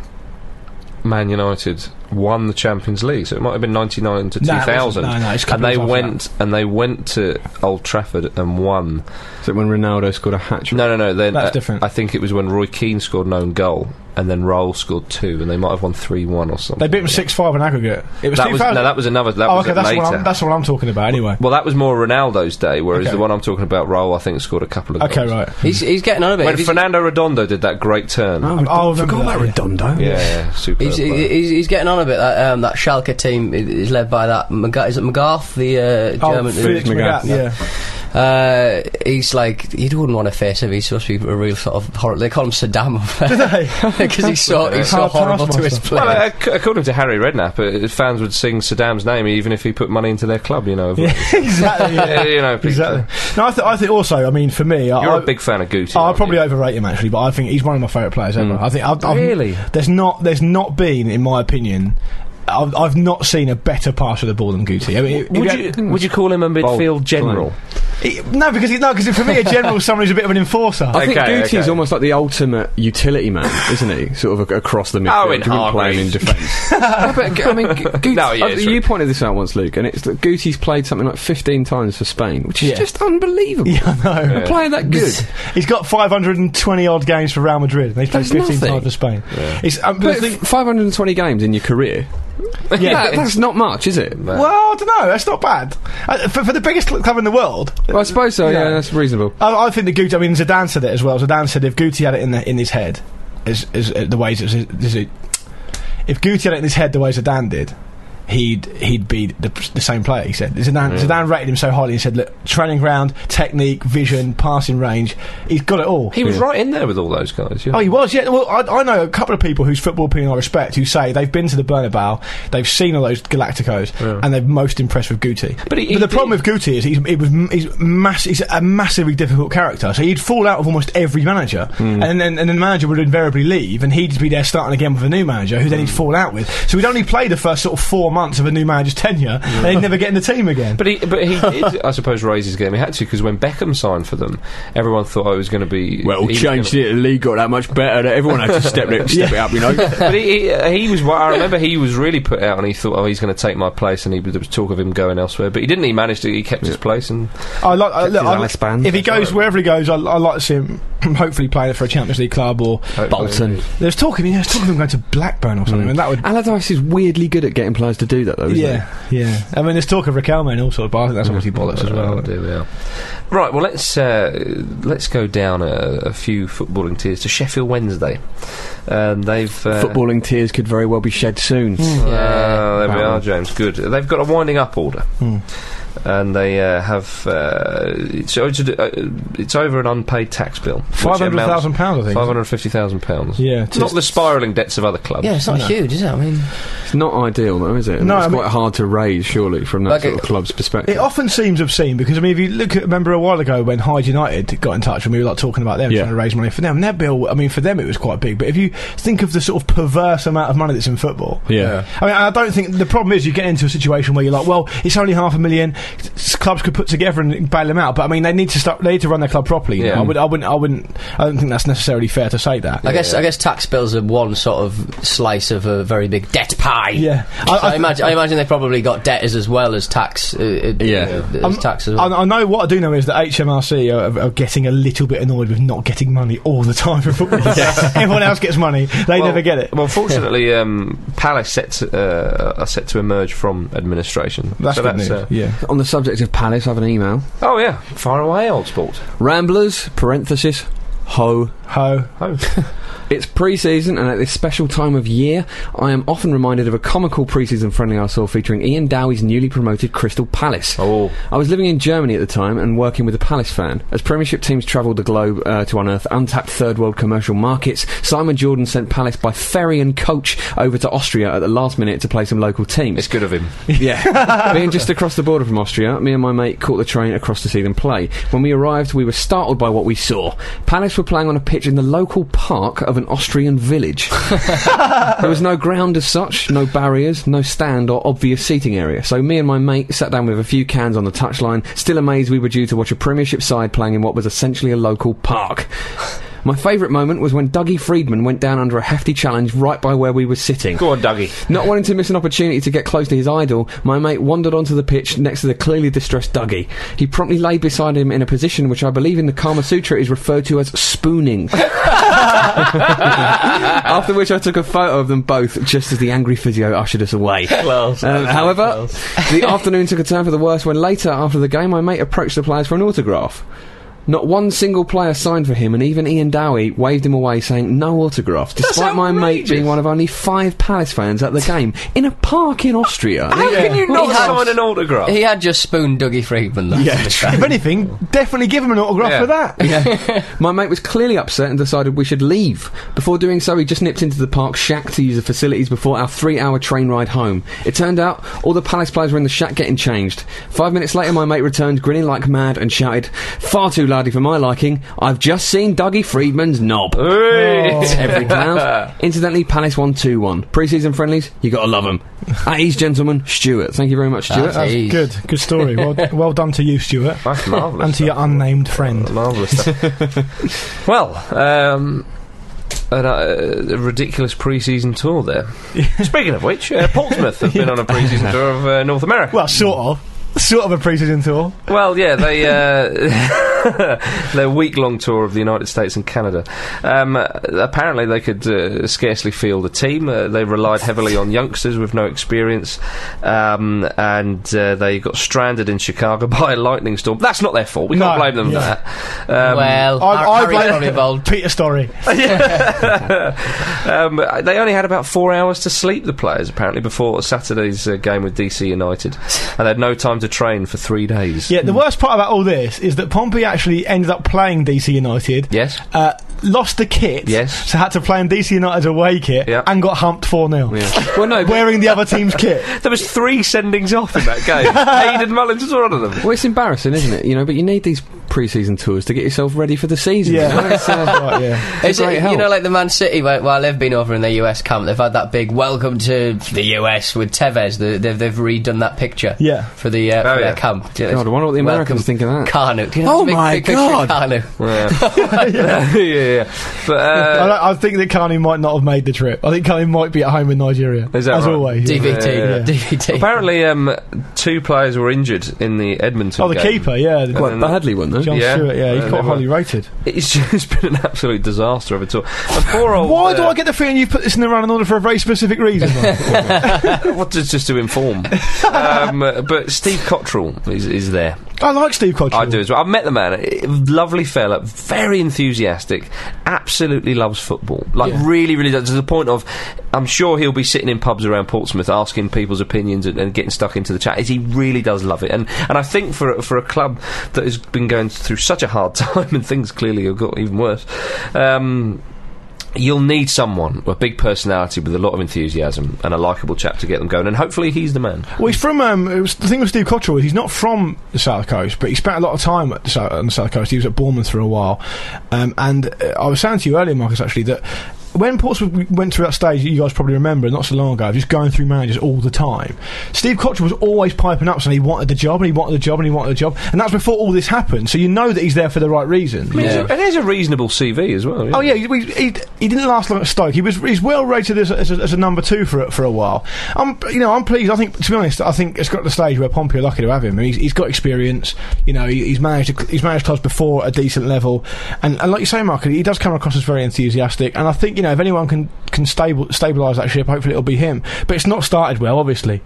S3: Man United won the Champions League. So it might have been ninety nine to two
S4: No, it wasn't.
S3: thousand.
S4: No, no, it's
S3: and
S4: a couple
S3: they
S4: of years after
S3: went and they went to Old Trafford and won.
S5: Is it when Ronaldo scored a hat trick?
S3: No, no, no. Then
S4: That's
S3: uh,
S4: different.
S3: I think it was when Roy Keane scored an own goal and then Raul scored two, and they might have won three one or something.
S4: They beat them six five in aggregate. It was
S3: that
S4: two
S3: was
S4: thousand.
S3: no, that was another. That
S4: oh,
S3: was
S4: okay,
S3: at
S4: that's
S3: later.
S4: what I'm, that's what I'm talking about. Anyway.
S3: well, that was more Ronaldo's day, whereas
S4: Okay.
S3: the one I'm talking about, Raul, I think scored a couple of.
S4: Okay,
S3: goals.
S4: right.
S1: He's, he's getting on a bit.
S3: When
S1: He's-
S3: Fernando Redondo did that great turn.
S5: Oh,
S4: Oh, I
S5: I forgot
S4: remember
S5: about Redondo.
S3: Yeah, yeah, super.
S1: He's, he's, he's getting on a bit. That, um, that Schalke team i- is led by that. McGa- is it McGarth, the uh,
S4: Oh,
S1: German?
S4: Felix
S5: Magath.
S4: Magath, yeah.
S1: Uh, he's like you wouldn't want to face him. He's supposed to be a real sort of horrible. They call him Saddam <laughs> because he's so he's so
S4: Hard pass
S1: horrible to his
S4: master.
S1: players.
S3: Well, ac- according to Harry Redknapp, uh, fans would sing Saddam's name even if he put money into their club. You know,
S4: Yeah, <laughs>
S3: <laughs>
S4: exactly.
S3: Uh,
S4: Yeah.
S3: you
S4: <laughs>
S3: know, people-
S4: exactly. No, I, th- I think also. I mean, for me, I,
S3: You're
S4: I,
S3: a big fan of Guti.
S4: I
S3: aren't
S4: probably
S3: you?
S4: overrate him actually, but I think he's one of my favourite players ever. I think I've, I've,
S3: Really?
S4: there's not there's not been, in my opinion, I've, I've not seen a better passer of the ball than Guti. I mean, if- if
S3: Would
S4: had-
S3: you, would you call him a midfield general?
S4: He- No, because he, no, because for me, a general is someone who's a bit of an enforcer.
S5: I think
S3: Okay,
S5: Guti is
S3: okay.
S5: almost like the ultimate utility man, isn't he? Sort of a- across the midfield.
S3: Oh, in
S5: You wouldn't play him
S3: Hargreaves.
S5: in defence. No, but, uh, I mean,
S1: <laughs>
S5: Gu- Guti-
S3: No, <laughs> yeah,
S5: uh,
S3: it's
S5: you
S3: true.
S5: pointed this out once, Luke, and it's that Guti's played something like 15 times for Spain, which is
S4: Yeah.
S5: just
S4: <laughs>
S5: unbelievable.
S4: yeah, I know.
S5: A player that good.
S4: He's got 520 odd games for Real Madrid. And he's played
S5: That's
S4: 15
S5: nothing.
S4: times for Spain. It's, um, but
S5: But
S4: the thing-
S5: 520 games in
S3: <laughs>
S5: your career.
S4: Yeah.
S5: That- that's not much, is it?
S3: bad.
S4: well, I don't know. That's not bad uh, for, for the biggest club in the world.
S5: Well, I suppose so. Yeah,
S4: Yeah.
S5: that's reasonable.
S4: I, I think the Guti. I mean, Zidane said it as well. Zidane said if Guti had it in the, in his head, is is uh, the ways it's, is it, if Guti had it in his head the way Zidane did. He'd he'd be the, the same player. He said Zidane, Zidane rated him so highly. He said, "Look, training ground, technique, vision, passing range. He's got it all."
S3: He was right in there with all those guys. Yeah.
S4: Oh, he was, yeah. Well, I, I know a couple of people whose football opinion I respect who say they've been to the Bernabeu, they've seen all those Galacticos, and they're most impressed with Guti.
S3: But he-
S4: the
S3: he-
S4: problem with Guti is he's, he was, m- he's, mass, he's a massively difficult character, so he'd fall out with almost every manager,
S3: Hmm.
S4: and, then, and then the manager would invariably leave, and he'd be there starting again with a new manager who then
S3: Hmm.
S4: he'd fall out with. So he'd only play the first sort of four months of a new manager's tenure, and he'd never get in the team again.
S3: But he, but he did, I suppose, raise his game. He had to because when Beckham signed for them, everyone thought I was going to be. he was gonna-
S5: it. The league got that much better. That everyone had to step <laughs> it, step it up. You know.
S3: But he, he, uh, he was. I remember he was really put out, and he thought, "Oh, he's going to take my place." And he, there was talk of him going elsewhere, but he didn't. He managed to. He kept his place, and
S4: I like. I,
S5: Kept
S4: look,
S5: his
S4: I,
S5: eye spanned.
S4: if he goes wherever he goes, I, I like to see him hopefully playing for a Champions League club or
S5: Bolton.
S4: There's talk of, you know, there's talk of him going to Blackburn or
S3: Mm.
S4: something, and that would.
S5: Allardyce is weirdly good at getting players to do that, though. Isn't
S4: Yeah, yeah. I mean, there's talk of Raquelme and all sorts, but I think that's obviously bollocks as well.
S3: Oh, dear me, oh. Right. Well, let's uh, let's go down a, a few footballing tiers to Sheffield Wednesday. Um, they've
S5: he?
S3: uh,
S5: Footballing tears could very well be shed soon.
S3: Uh,
S1: Yeah.
S3: there we
S5: Wow.
S3: are, James. Good. They've got a winding up order,
S4: Hmm.
S3: and they uh, have uh, it's, o- to do- uh, it's over an unpaid tax bill,
S4: Five hundred thousand pounds, I think.
S3: five hundred fifty thousand pounds.
S4: Yeah.
S3: Not the spiralling debts of other clubs.
S1: Yeah, it's not huge, is it? I mean,
S5: It's not ideal, though, is it? I mean,
S4: No,
S5: it's
S4: I mean-
S5: quite hard to raise, surely, from that
S1: Like
S5: sort
S1: it-
S5: of club's perspective.
S4: It often seems obscene because I mean, if you look at remember a while ago when Hyde United got in touch and we were like talking about them
S5: Yeah.
S4: trying to raise money for them, and their bill. I mean, for them it was quite big, but if you think of the sort of perverse amount of money that's in football,
S5: Yeah.
S4: I mean, I don't think the problem is you get into a situation where you're like, well, it's only half a million. s- Clubs could put together and bail them out, but I mean, they need to start. They need to run their club properly. you know?
S3: Yeah.
S4: I would, I wouldn't, I wouldn't. I don't think that's necessarily fair to say that.
S1: I guess I guess tax bills are one sort of slice of a very big debt pie.
S4: Yeah.
S1: So
S4: I-
S1: I,
S4: I th-
S1: imagine I imagine they probably got debtors as well as tax. Uh, uh,
S5: Yeah.
S1: uh, as
S4: I'm-
S1: tax as well.
S4: Um, I, I know what I do know is that HMRC are, are getting a little bit annoyed with not getting money all the time for
S1: <laughs>
S4: football. <laughs> Everyone else gets money, they
S3: Well-
S4: never get it.
S3: Well, fortunately, <laughs> um, Palace set to, uh, are set to emerge from administration.
S4: That's
S3: So
S4: good news.
S3: uh,
S4: yeah.
S5: On the subject of Palace, I have an email.
S3: Oh yeah, far away, old sport.
S5: Ramblers, parenthesis, ho
S4: Ho.
S3: Oh.
S5: It's pre-season, and at this special time of year, I am often reminded of a comical pre-season friendly I saw featuring Ian Dowie's newly promoted Crystal Palace.
S3: Oh.
S5: I was living in Germany at the time and working with a Palace fan. As Premiership teams travelled the globe uh, to unearth untapped third world commercial markets, Simon Jordan sent Palace by ferry and coach over to Austria at the last minute to play some local teams.
S3: It's good of him.
S5: <laughs> Yeah. Being just across the border from Austria, me and my mate caught the train across to see them play. When we arrived, we were startled by what we saw. Palace were playing on a pitch in the local park of an
S3: <laughs>
S5: Austrian village. there was no ground as such, no barriers, no stand or obvious seating area. So me and my mate sat down with a few cans on the touchline, still amazed we were due to watch a Premiership side playing in what was essentially a local park. My favourite moment was when Dougie Friedman went down under a hefty challenge right by where we were sitting.
S3: Go on, Dougie.
S5: Not wanting to miss an opportunity to get close to his idol, my mate wandered onto the pitch next to the clearly distressed Dougie. He promptly lay beside him in a position which I believe in the Kama Sutra is referred to as spooning. <laughs> After which I took a photo of them both just as the angry physio ushered us away.
S3: <laughs> Well, so-
S5: Um, however, the afternoon took a turn for the worse when later after the game my mate approached the players for an autograph. Not one single player signed for him, and even Ian Dowie waved him away, saying no autographs, despite my mate
S3: outrageous.
S5: being one of only five Palace fans at the game in a park in Austria.
S3: How can you not
S1: He had-
S3: sign an autograph?
S1: He had just spooned Dougie Friedman, though.
S4: Yeah, <laughs> if anything, definitely give him an autograph
S3: Yeah.
S4: for
S1: <laughs>
S4: that.
S5: My mate was clearly upset and decided we should leave. Before doing so, he just nipped into the park shack to use the facilities before our three hour train ride home. It turned out all the Palace players were in the shack getting changed. Five minutes later, my mate returned grinning like mad and shouted, Far too lardy for my liking, I've just seen Dougie Friedman's knob.
S4: Oh,
S3: Hey.
S5: It's every cloud. Incidentally, Palace won 2 1. Pre season friendlies, you gotta love 'em. At ease, gentlemen, Stuart. Thank you very much, Stuart.
S1: That's Jeez.
S4: Good, good
S1: <laughs>
S4: story. Well, well done to you, Stuart,
S3: That's marvellous.
S4: and to your
S3: stuff.
S4: unnamed friend.
S3: Marvellous
S4: <laughs>
S3: stuff. well, um, an, uh, a ridiculous pre season tour there. Speaking of which, uh, Portsmouth have been on a pre season tour of uh, North America.
S4: Well, sort of, sort of a pre-season tour.
S3: Well, yeah, they uh, <laughs> their week long tour of the United States and Canada. Um, uh, apparently, they could uh, scarcely field a team. Uh, they relied heavily on youngsters with no experience, um, and uh, they got stranded in Chicago <laughs> by a lightning storm. That's not their fault. We can't
S4: No,
S3: blame them
S4: yeah.
S3: for that. Um,
S1: well,
S4: I, I
S1: Harry got
S4: blame
S1: involved.
S4: Peter Story.
S3: um, they only had about four hours to sleep, the players, apparently, before Saturday's uh, game with DC
S4: <laughs>
S3: United. And they had no time to train for three days.
S4: Yeah, the worst part about all this is that Pompey actually ended up playing DC United.
S3: Yes?
S4: Uh, lost the kit,
S3: Yes.
S4: so had to play in DC United's away kit
S3: Yeah.
S4: and got humped 4 0.
S5: Well, no, but-
S4: <laughs> Wearing the other
S3: <laughs>
S4: team's kit.
S3: There was three sendings off in that
S4: <laughs>
S3: game. Aidan Mullins was one of them.
S5: Well, it's embarrassing, isn't it? You know, but you need these pre-season tours to get yourself ready for the season.
S4: Yeah,
S5: you
S4: <laughs>
S5: know?
S4: that sounds right, yeah.
S1: Is
S5: great
S1: it, you
S5: help.
S1: know, like the Man City, wh- while they've been over in the US camp, they've had that big welcome to the US with Tevez. The, they've, they've redone that picture
S4: Yeah.
S1: for the uh,
S3: Oh,
S1: for
S3: yeah.
S1: their camp. God,
S5: God, I wonder what the Americans think of that.
S1: Carnook. You know,
S5: Oh
S1: this big,
S5: my
S1: big picture of
S5: God.
S1: Carnook.
S4: <laughs>
S3: yeah. <laughs> yeah, yeah. But
S4: Oh, I,
S3: uh,
S4: don't- I think that Carney might not have made the trip. I think Carney might be at home in Nigeria.
S3: Is that
S4: as
S3: right?
S4: always. yeah.
S1: DVT.
S3: Yeah.
S1: DVT.
S3: <laughs> apparently, um, two players were injured in the Edmonton.
S4: Oh, the
S3: game.
S4: keeper, yeah.
S3: Well,
S5: Quite
S3: And-
S5: badly one though.
S4: John
S3: yeah.
S4: Stewart, yeah, he's
S3: Uh,
S4: quite
S3: they
S4: highly rated.
S3: <laughs> It's just been an absolute disaster of a tour. And
S4: <laughs>
S3: poor old.
S4: Why do
S3: uh,
S4: I get the feeling you put this in the running order for a very specific reason? Mark?
S3: <laughs> What just, just to
S4: <laughs>
S3: inform? um, uh, but Steve Cottrell is, is there.
S4: I like Steve Cottrell.
S3: I do as well. I've met the man. Eh, Lovely fella, very enthusiastic, absolutely loves football. Like, really, really does. To the point of, I'm sure he'll be sitting in pubs around Portsmouth asking people's opinions and, and getting stuck into the chat. He really does love it. And and I think for, a- for a club that has been going through such a hard <laughs> time and things clearly have got even worse. Um, You'll need someone, a big personality with a lot of enthusiasm and a likable chap to get them going, and hopefully he's the man.
S4: Well, he's from. Um, it was, the thing with Steve Cottrell is he's not from the South Coast, but he spent a lot of time at the South, on the South Coast. He was at Bournemouth for a while, um, and uh, I was saying to you earlier, Marcus, actually that. When Portsmouth w- went through that stage, you guys probably remember, not so long ago, of just going through managers all the time. Steve Cottrell was always piping up saying he wanted the job and he wanted the job and he wanted the job, and that's before all this happened. So you know that he's there for the right
S3: I
S4: reason.
S3: mean, he's a- and he's a reasonable CV as well.
S4: Oh yeah, he, he, he didn't last long at Stoke. He was he's well rated as a, as a, as a number two for a- for a while. I'm you know I'm pleased. I think to be honest, I think it's got to the stage where Pompey are lucky to have him. He's, he's got experience. You know he, he's managed a- he's managed clubs before at a decent level, and, and like you say, Mark, he does come across as very enthusiastic. And I think you know if anyone can can stable, stabilise that ship, hopefully it'll be him. But it's not started well, obviously.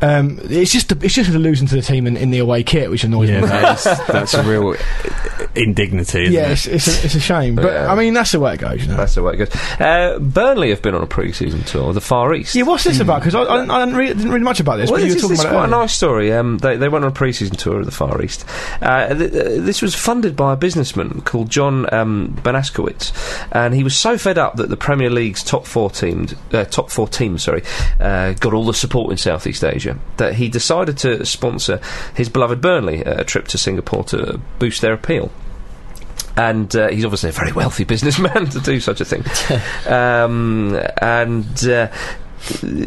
S4: Um, it's just a, it's just a losing to the team in, in the away kit, which annoys me.
S5: That is, that's a real indignity.
S4: <laughs>
S5: Isn't
S4: Yeah,
S5: it?
S4: it's, it's, a, it's a shame, but
S3: Yeah.
S4: I mean that's the way it goes. You know.
S3: That's the way it goes. Uh, Burnley have been on a pre-season tour, the Far East.
S4: Yeah, what's this about? 'Cause about? Because I, I, I didn't, read, didn't read much about this.
S3: well,
S4: but
S3: this,
S4: you
S3: is,
S4: were
S3: this is
S4: talking
S3: quite a
S4: about it.
S3: nice story. Um, they, they went on a pre-season tour of the Far East. Uh, th- uh, this was funded by a businessman called John um, Banaskowitz, and he was so fed up that the Premier League's top four team, uh, top four team, sorry, uh, got all the support in Southeast Asia that he decided to sponsor his beloved Burnley uh, a trip to Singapore to boost their appeal. And uh, he's obviously a <laughs>
S4: <laughs>
S3: very wealthy businessman to do such a thing. um, and uh,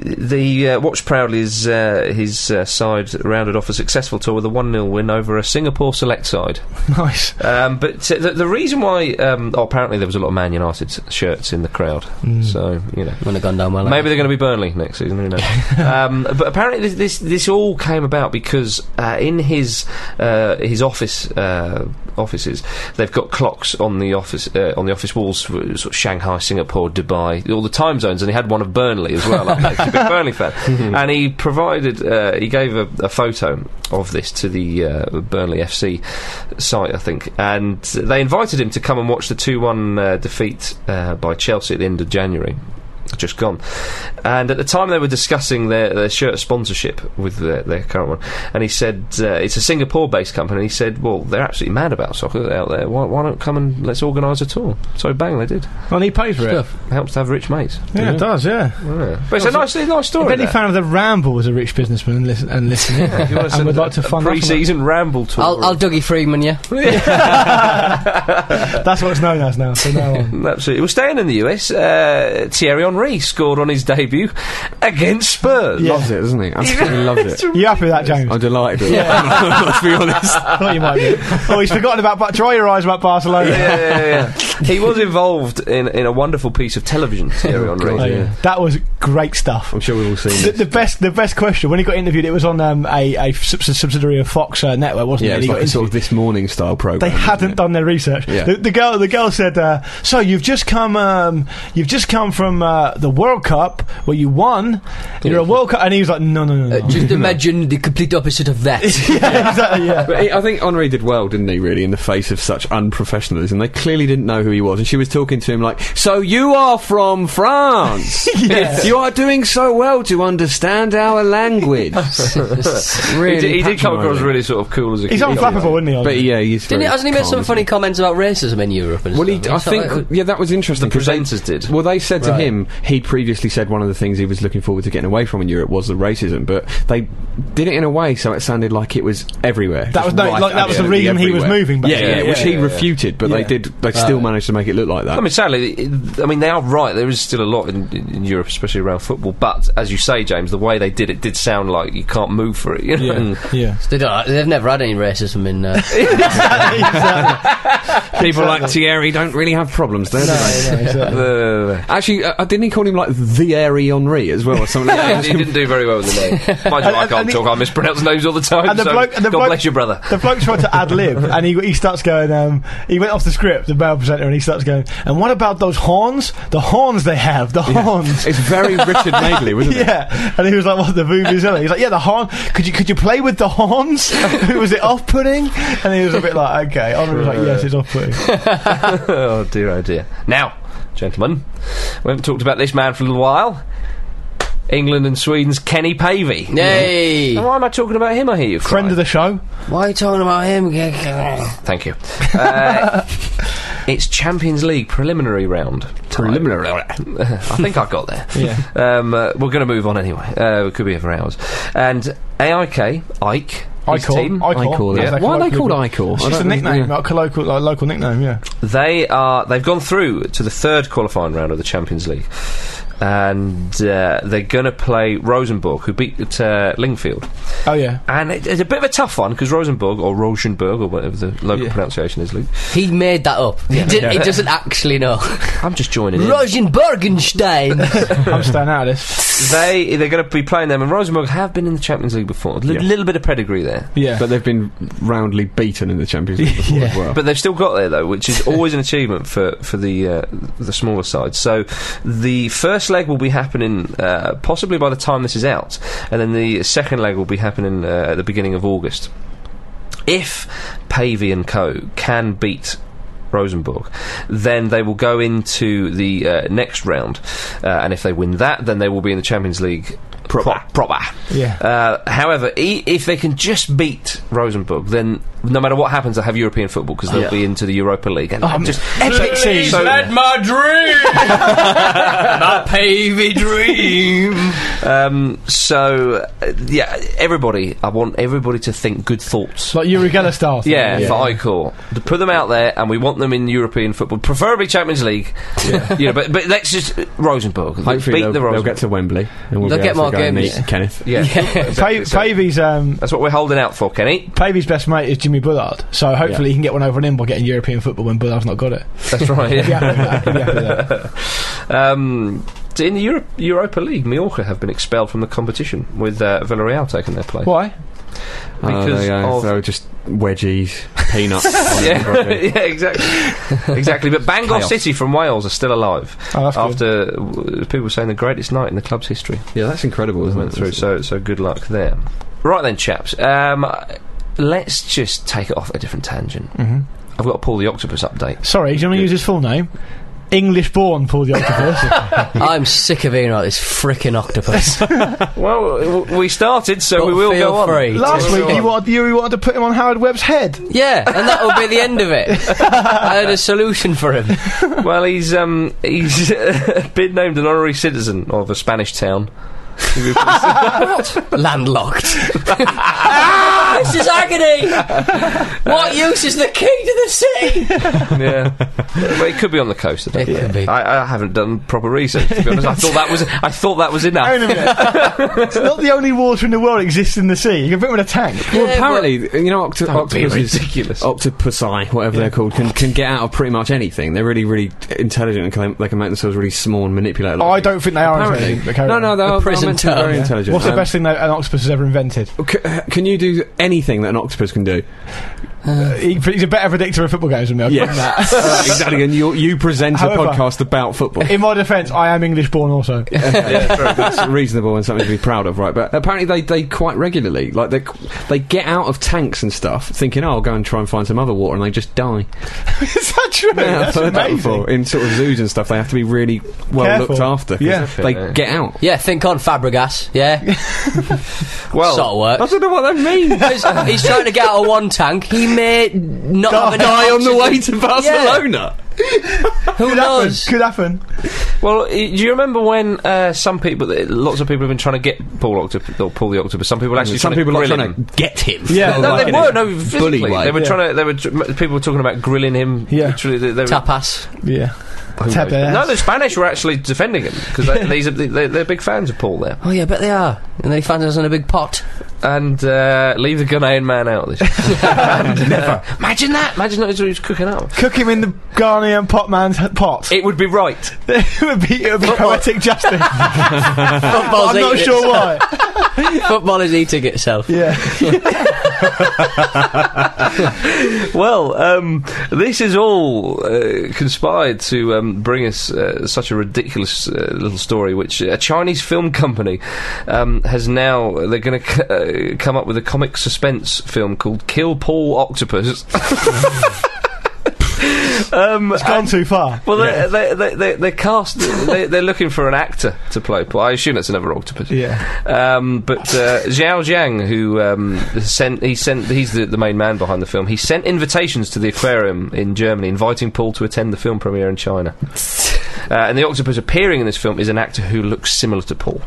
S3: the uh, Watch Proudly's uh, his uh, side rounded off a successful tour with a 1 0 win over a Singapore select side.
S4: Nice.
S3: Um, but uh, the, the reason why, um, oh, apparently there was a lot of Man United shirts in the crowd.
S4: Hmm.
S3: So, you know.
S1: Wouldn't have gone down well. eh?
S3: Maybe they're going to be Burnley next season. Who knows? um, but apparently, this, this this all came about because uh, in his uh, his office uh, offices, they've got clocks on the office uh, on the office walls, for sort of Shanghai, Singapore, Dubai, all the time zones, and he had one of Burnley as well. like, he's a big Burnley fan, and he provided uh, he gave a, a photo of this to the uh, Burnley FC site, I think, and they invited him to come and watch the two one uh, defeat uh, by Chelsea at the end of January just gone. And at the time, they were discussing their, their shirt sponsorship with their, their current one. And he said, uh, it's a Singapore based company. And he said, well, they're absolutely mad about soccer out there. Why, why don't come and let's organise a tour? So bang, they did.
S4: Well, he pays for it.
S3: Helps to have rich mates.
S4: Yeah, it does, Oh, yeah.
S3: Yeah. But it's a nice, nice
S4: If
S3: story.
S4: any
S3: that.
S4: fan of the Ramble was a rich businessman and, listen, and listening,
S3: If you wanna
S4: and
S3: send
S4: would
S3: a-
S4: like to
S3: a
S4: fund us on
S3: pre-season ramble tour.
S1: I'll, I'll Dougie Freeman
S3: <laughs>
S1: you.
S4: that- that's what it's known as now. So now on.
S3: Absolutely. Well, staying in the US, uh, Thierry Henry scored on his debut against Spurs.
S5: Loves it, doesn't he? Absolutely loves it.
S4: You happy with that, James?
S5: <laughs> I'm delighted with it. <laughs> Let's be honest.
S4: I thought you might be. Oh, he's forgotten about. But dry your eyes about Barcelona.
S3: yeah, yeah, yeah.
S4: <laughs>
S3: he was involved in, in a wonderful piece of television, Thierry Henry.
S4: Oh, yeah. That was great stuff.
S5: I'm sure we've all
S4: The,
S5: seen it.
S4: the best, the best question when he got interviewed, it was on um, a, a subs- subsidiary of Fox uh, network, wasn't
S5: Yeah,
S4: it?
S5: it's
S4: He got
S5: like a sort
S4: interviewed.
S5: of this morning style program.
S4: They hadn't done their research.
S5: Yeah.
S4: The, the girl, the girl said, uh, "So you've just come, um, you've just come from uh, the World Cup where you won. You're a World Cup," and he was like, "No, no, no, no."
S1: Uh, just imagine the complete opposite of
S3: <laughs>
S1: that. <laughs>
S4: yeah, exactly. Yeah.
S5: But he, I think Henri did well, didn't he, really, in the face of such unprofessionalism? They clearly didn't know who he was. And she was talking to him like, So you are from France.
S4: Yes.
S5: You are doing so well to understand our language.
S3: He did,
S5: really
S3: he did come
S5: patronising.
S3: across really sort of cool as a
S4: He's
S3: kid.
S4: unflappable, isn't he? Ollie?
S5: but yeah, he's
S1: Didn't he,
S5: very
S1: hasn't he made some
S5: calm,
S1: funny
S5: isn't
S1: comments about racism in Europe? And
S5: he? Well,
S1: stuff?
S5: he, I
S1: It's not
S5: think,
S1: like-
S5: yeah, that was interesting.
S3: The
S5: 'cause they-
S3: presenters did.
S5: Well, they said to
S1: Right.
S5: him he'd previously said one of the things he was looking forward to getting away from in Europe was the racism, but they did it in a way so it sounded like it was everywhere.
S4: That
S5: Just
S4: was no-
S5: right
S4: like, that was the
S5: absolutely
S4: reason he was
S5: everywhere.
S4: moving back
S5: Yeah,
S4: then.
S5: yeah,
S4: Yeah,
S5: which he
S4: yeah,
S5: refuted, but they
S4: Yeah.
S5: did. They still managed to make it look like that.
S3: I mean, sadly, it- I mean, they are right. There is still a lot in, in in Europe, especially around football. But as you say, James, the way they did it did sound like you can't move for it. You know?
S4: <laughs> yeah.
S1: They don't, they've never had any racism in. Uh,
S5: People like Thierry don't really have problems. There, <laughs>
S3: Uh,
S5: Actually, uh, uh, didn't he call him like the Airy Henri as well, or something? like
S3: yeah,
S5: <laughs> that?
S3: he didn't do very well with the name. Mind you,
S4: And-
S3: I
S4: and-
S3: can't
S4: and
S3: talk. I mispronounce names all the time.
S4: and the
S3: so
S4: bloke- and the
S3: God
S4: bloke-
S3: bless your brother.
S4: The bloke tried to ad lib, and he, he starts going. Um, he went off the script, the male presenter, and he starts going. And what about those horns? The horns they have, the horns.
S5: It's very Richard Madeley, wasn't
S4: <laughs>
S5: it?
S4: Yeah, and he was like, "What the vuvuzela?" He's like, "Yeah, the horn. Could you could you play with the <laughs> horns? was it off putting?" And he was a bit like, "Okay." I was like, "Yes, it's off
S3: <laughs>
S4: putting."
S3: oh dear, oh dear. Now, gentlemen, we haven't talked about this man for a little while. England and Sweden's Kenny Pavey.
S1: <laughs> Yay!
S3: And Why am I talking about him? I hear you.
S4: <laughs> Friend of the show.
S1: Why are you talking about him? <laughs>
S3: Thank you. Uh, it's Champions League preliminary round.
S5: Preliminary
S3: round. I think I got there.
S4: Yeah.
S3: Um, uh, we're going to move on anyway. Uh, it could be here for hours. And AIK, Ike, his team,
S5: Icor,
S3: yeah.
S4: As
S5: Why are they
S4: colloquially-
S5: called Icor?
S4: It's
S5: I
S4: just a
S5: don't-
S4: nickname,
S5: yeah.
S4: like a local, like a local nickname. Yeah.
S3: they are they've gone through to the third qualifying round of the Champions League, and uh, they're going to play Rosenborg, who beat uh, Lingfield.
S4: Oh yeah.
S3: And it, it's a bit of a tough one because Rosenborg or Rosenborg or whatever the local
S5: Yeah.
S3: pronunciation is, Luke.
S1: He made that up. He, did, he
S3: Yeah.
S1: doesn't actually <laughs> know.
S3: I'm just joining in.
S1: Rosenborgenstein.
S4: I'm staying out of this.
S3: They they're going to be playing them, and Rosenborg have been in the Champions League before. A
S5: Yeah.
S3: little bit of pedigree there,
S4: Yeah.
S5: But they've been roundly beaten in the Champions
S3: <laughs>
S5: League before as well.
S3: but they've still got there though, which is always an achievement for for the uh, the smaller side. So the first leg will be happening uh, possibly by the time this is out, and then the second leg will be happening uh, at the beginning of August. If Pavey and Co can beat. Rosenborg, then they will go into the uh, next round, uh, and if they win that, then they will be in the Champions League Proper. Proper.
S4: Yeah.
S3: Uh, however, e- if they can just beat Rosenborg, then no matter what happens, they'll have European football because they'll be into the Europa League. And
S4: I'm
S3: just
S4: epic season.
S3: So,
S6: my
S3: <laughs>
S6: dream, my pavy dream.
S3: um, so uh, yeah, everybody. I want everybody to think good thoughts.
S4: like Yuri Geller style. thing.
S3: Yeah, for Icor. To put them out there, and we want them in European football, preferably Champions League. Yeah. <laughs> you know, but, but let's just Rosenborg.
S5: Hopefully,
S3: beat
S5: they'll,
S3: the
S5: they'll
S3: Rosenborg.
S5: get to Wembley. And we'll
S1: They'll
S5: be
S1: get
S5: able to
S1: more
S5: go and
S1: games.
S5: meet Kenneth.
S3: yeah,
S4: Pa-
S3: exactly. So
S4: Pavey's um,
S3: that's what we're holding out for, Kenny.
S4: Pavey's best mate is Jimmy Bullard, so hopefully he can get one over on him by getting European football when Bullard's not <laughs> got it.
S3: That's right.
S4: He'd be
S3: Yeah.
S4: happy with that, he'd be happy with that.
S3: <laughs> um, so in the Euro- Europa League, Mallorca have been expelled from the competition with uh, Villarreal taking their place.
S4: Why?
S5: Oh,
S3: Because
S5: there you go.
S3: of-
S5: So just wedgies, peanuts.
S3: <laughs> Yeah, <laughs> yeah, exactly, exactly. But Bangor
S5: Chaos.
S3: City from Wales are still alive
S4: Oh, that's good.
S3: after w- people were saying the greatest night in the club's history.
S5: yeah, that's incredible, isn't
S3: went
S5: it?
S3: through. So, so good luck there. Right then, chaps. Um, let's just take it off a different tangent.
S4: Mhm.
S3: I've got to pull the octopus update.
S4: Sorry, do you want to use his full name? English born Paul the
S5: <laughs>
S4: Octopus.
S1: <laughs> I'm sick of hearing about this frickin' <laughs> octopus.
S3: Well, w- we started, so
S1: But
S3: we will
S1: feel
S3: go on.
S1: free
S4: Last
S3: We'll
S4: week
S3: go
S4: you
S3: on.
S4: wanted, Yuri wanted to put him on Howard Webb's
S5: <laughs>
S4: head.
S1: yeah, and that will be the end of it. I had a solution for him.
S3: Well, he's um, he's <laughs> been named an honorary citizen of a Spanish town.
S1: Landlocked. ah, <laughs> this is agony. What use is the key to the city?
S3: yeah, well, it could be on the coast. I don't
S1: It
S3: know.
S1: could be.
S3: I, I haven't done proper research. To be honest, I thought that was I thought that was enough.
S4: Hang on a minute. it's not the only water in the world that exists in the sea. You can put him in a tank.
S5: Well,
S1: Yeah,
S5: apparently, you know, octo-
S3: Don't be
S5: octopuses,
S3: ridiculous.
S5: octopusi, whatever they're called, can, can get out of pretty much anything. They're really, really intelligent and can, they can make themselves really small and manipulate. a lot of
S4: I
S5: things.
S4: don't think they are
S5: Apparently.
S4: intelligent. but carry
S5: No,
S4: on.
S5: no, they are
S1: prison
S5: prison
S1: term,
S5: very
S1: yeah.
S5: intelligent.
S4: What's the
S5: Um,
S4: best thing that an octopus has ever invented?
S5: c- can you do anything that an octopus can do?
S4: Uh, He- he's a better predictor of football games than me. I'll give him that.
S5: <laughs> Uh, exactly. And you, you present
S4: However-
S5: a podcast about football.
S4: In my defence, I am English born
S5: <laughs>
S4: also.
S5: That's reasonable and something to be proud of, right? But apparently, they, they quite regularly like they they get out of tanks and stuff, thinking, "Oh, I'll go and try and find some other water," and they just die.
S4: <laughs> Is that true?
S5: Yeah, <laughs> I've
S4: That's
S5: heard that
S4: amazing.
S5: before. In sort of zoos and stuff, they have to be really well
S4: Careful.
S5: looked after. 'cause
S4: Yeah.
S5: they
S3: Definitely.
S5: get out.
S1: Yeah, think on Fabregas. Yeah,
S5: Oh.
S3: Well,
S1: sort of works.
S5: I don't know what that <laughs> means.
S1: 'Cause he's trying to get out of one tank. He may not have enough
S5: Die on the
S1: oxygen.
S5: way to Barcelona.
S1: Who
S4: Could happen.
S1: knows?
S4: Could happen.
S3: Well, i- do you remember when uh, some people, lots of people have been trying to get Paul Octopus or Paul the Octopus? Some people actually
S5: Some
S3: trying
S5: people
S3: to
S5: are
S3: grill
S5: trying
S3: him.
S5: to get him.
S4: Yeah,
S3: No,
S5: Like
S3: they
S5: in a
S3: were no
S5: bully
S3: physically.
S5: way.
S3: They were
S4: Yeah.
S3: trying to. They were tr- people were talking about grilling him.
S4: Yeah.
S3: literally. They, they were,
S1: Tapas.
S4: Yeah.
S3: Who
S4: Tap
S3: knows?
S4: their
S3: No,
S4: ass.
S3: the Spanish were actually defending him because they, these are- they, they're big fans of Paul there.
S1: Oh yeah, I bet they are. And they found us in a big pot.
S3: And uh, leave the Ghanaian man out of this. Never.
S1: <laughs>
S3: Imagine that. <laughs> Imagine that he was cooking up.
S4: Cook him in the Ghanaian pot man's h- pot.
S3: It would be right.
S4: <laughs> It would be, it would be poetic justice.
S1: Football's
S4: I'm not
S1: eating
S4: sure
S5: <laughs>
S4: why.
S1: it- Football is eating itself.
S4: Yeah.
S3: <laughs> Well, um, this is all uh, conspired to um, bring us uh, such a ridiculous uh, little story, which a Chinese film company um, has now. They're going to c- uh, come up with a comic suspense film called Kill Paul <laughs> Octopus. um,
S4: It's gone too far.
S3: well, they're, they're, they're, they're, they're cast. they're, they're looking for an actor to play Paul. I assume it's another octopus.
S4: Yeah.
S3: Um, but uh, Zhao Zhang, who um, sent, he sent, he's the, the main man behind the film. He sent invitations to the aquarium in Germany, inviting Paul to attend the film premiere in China. Uh, and the octopus appearing in this film is an actor who looks similar to Paul.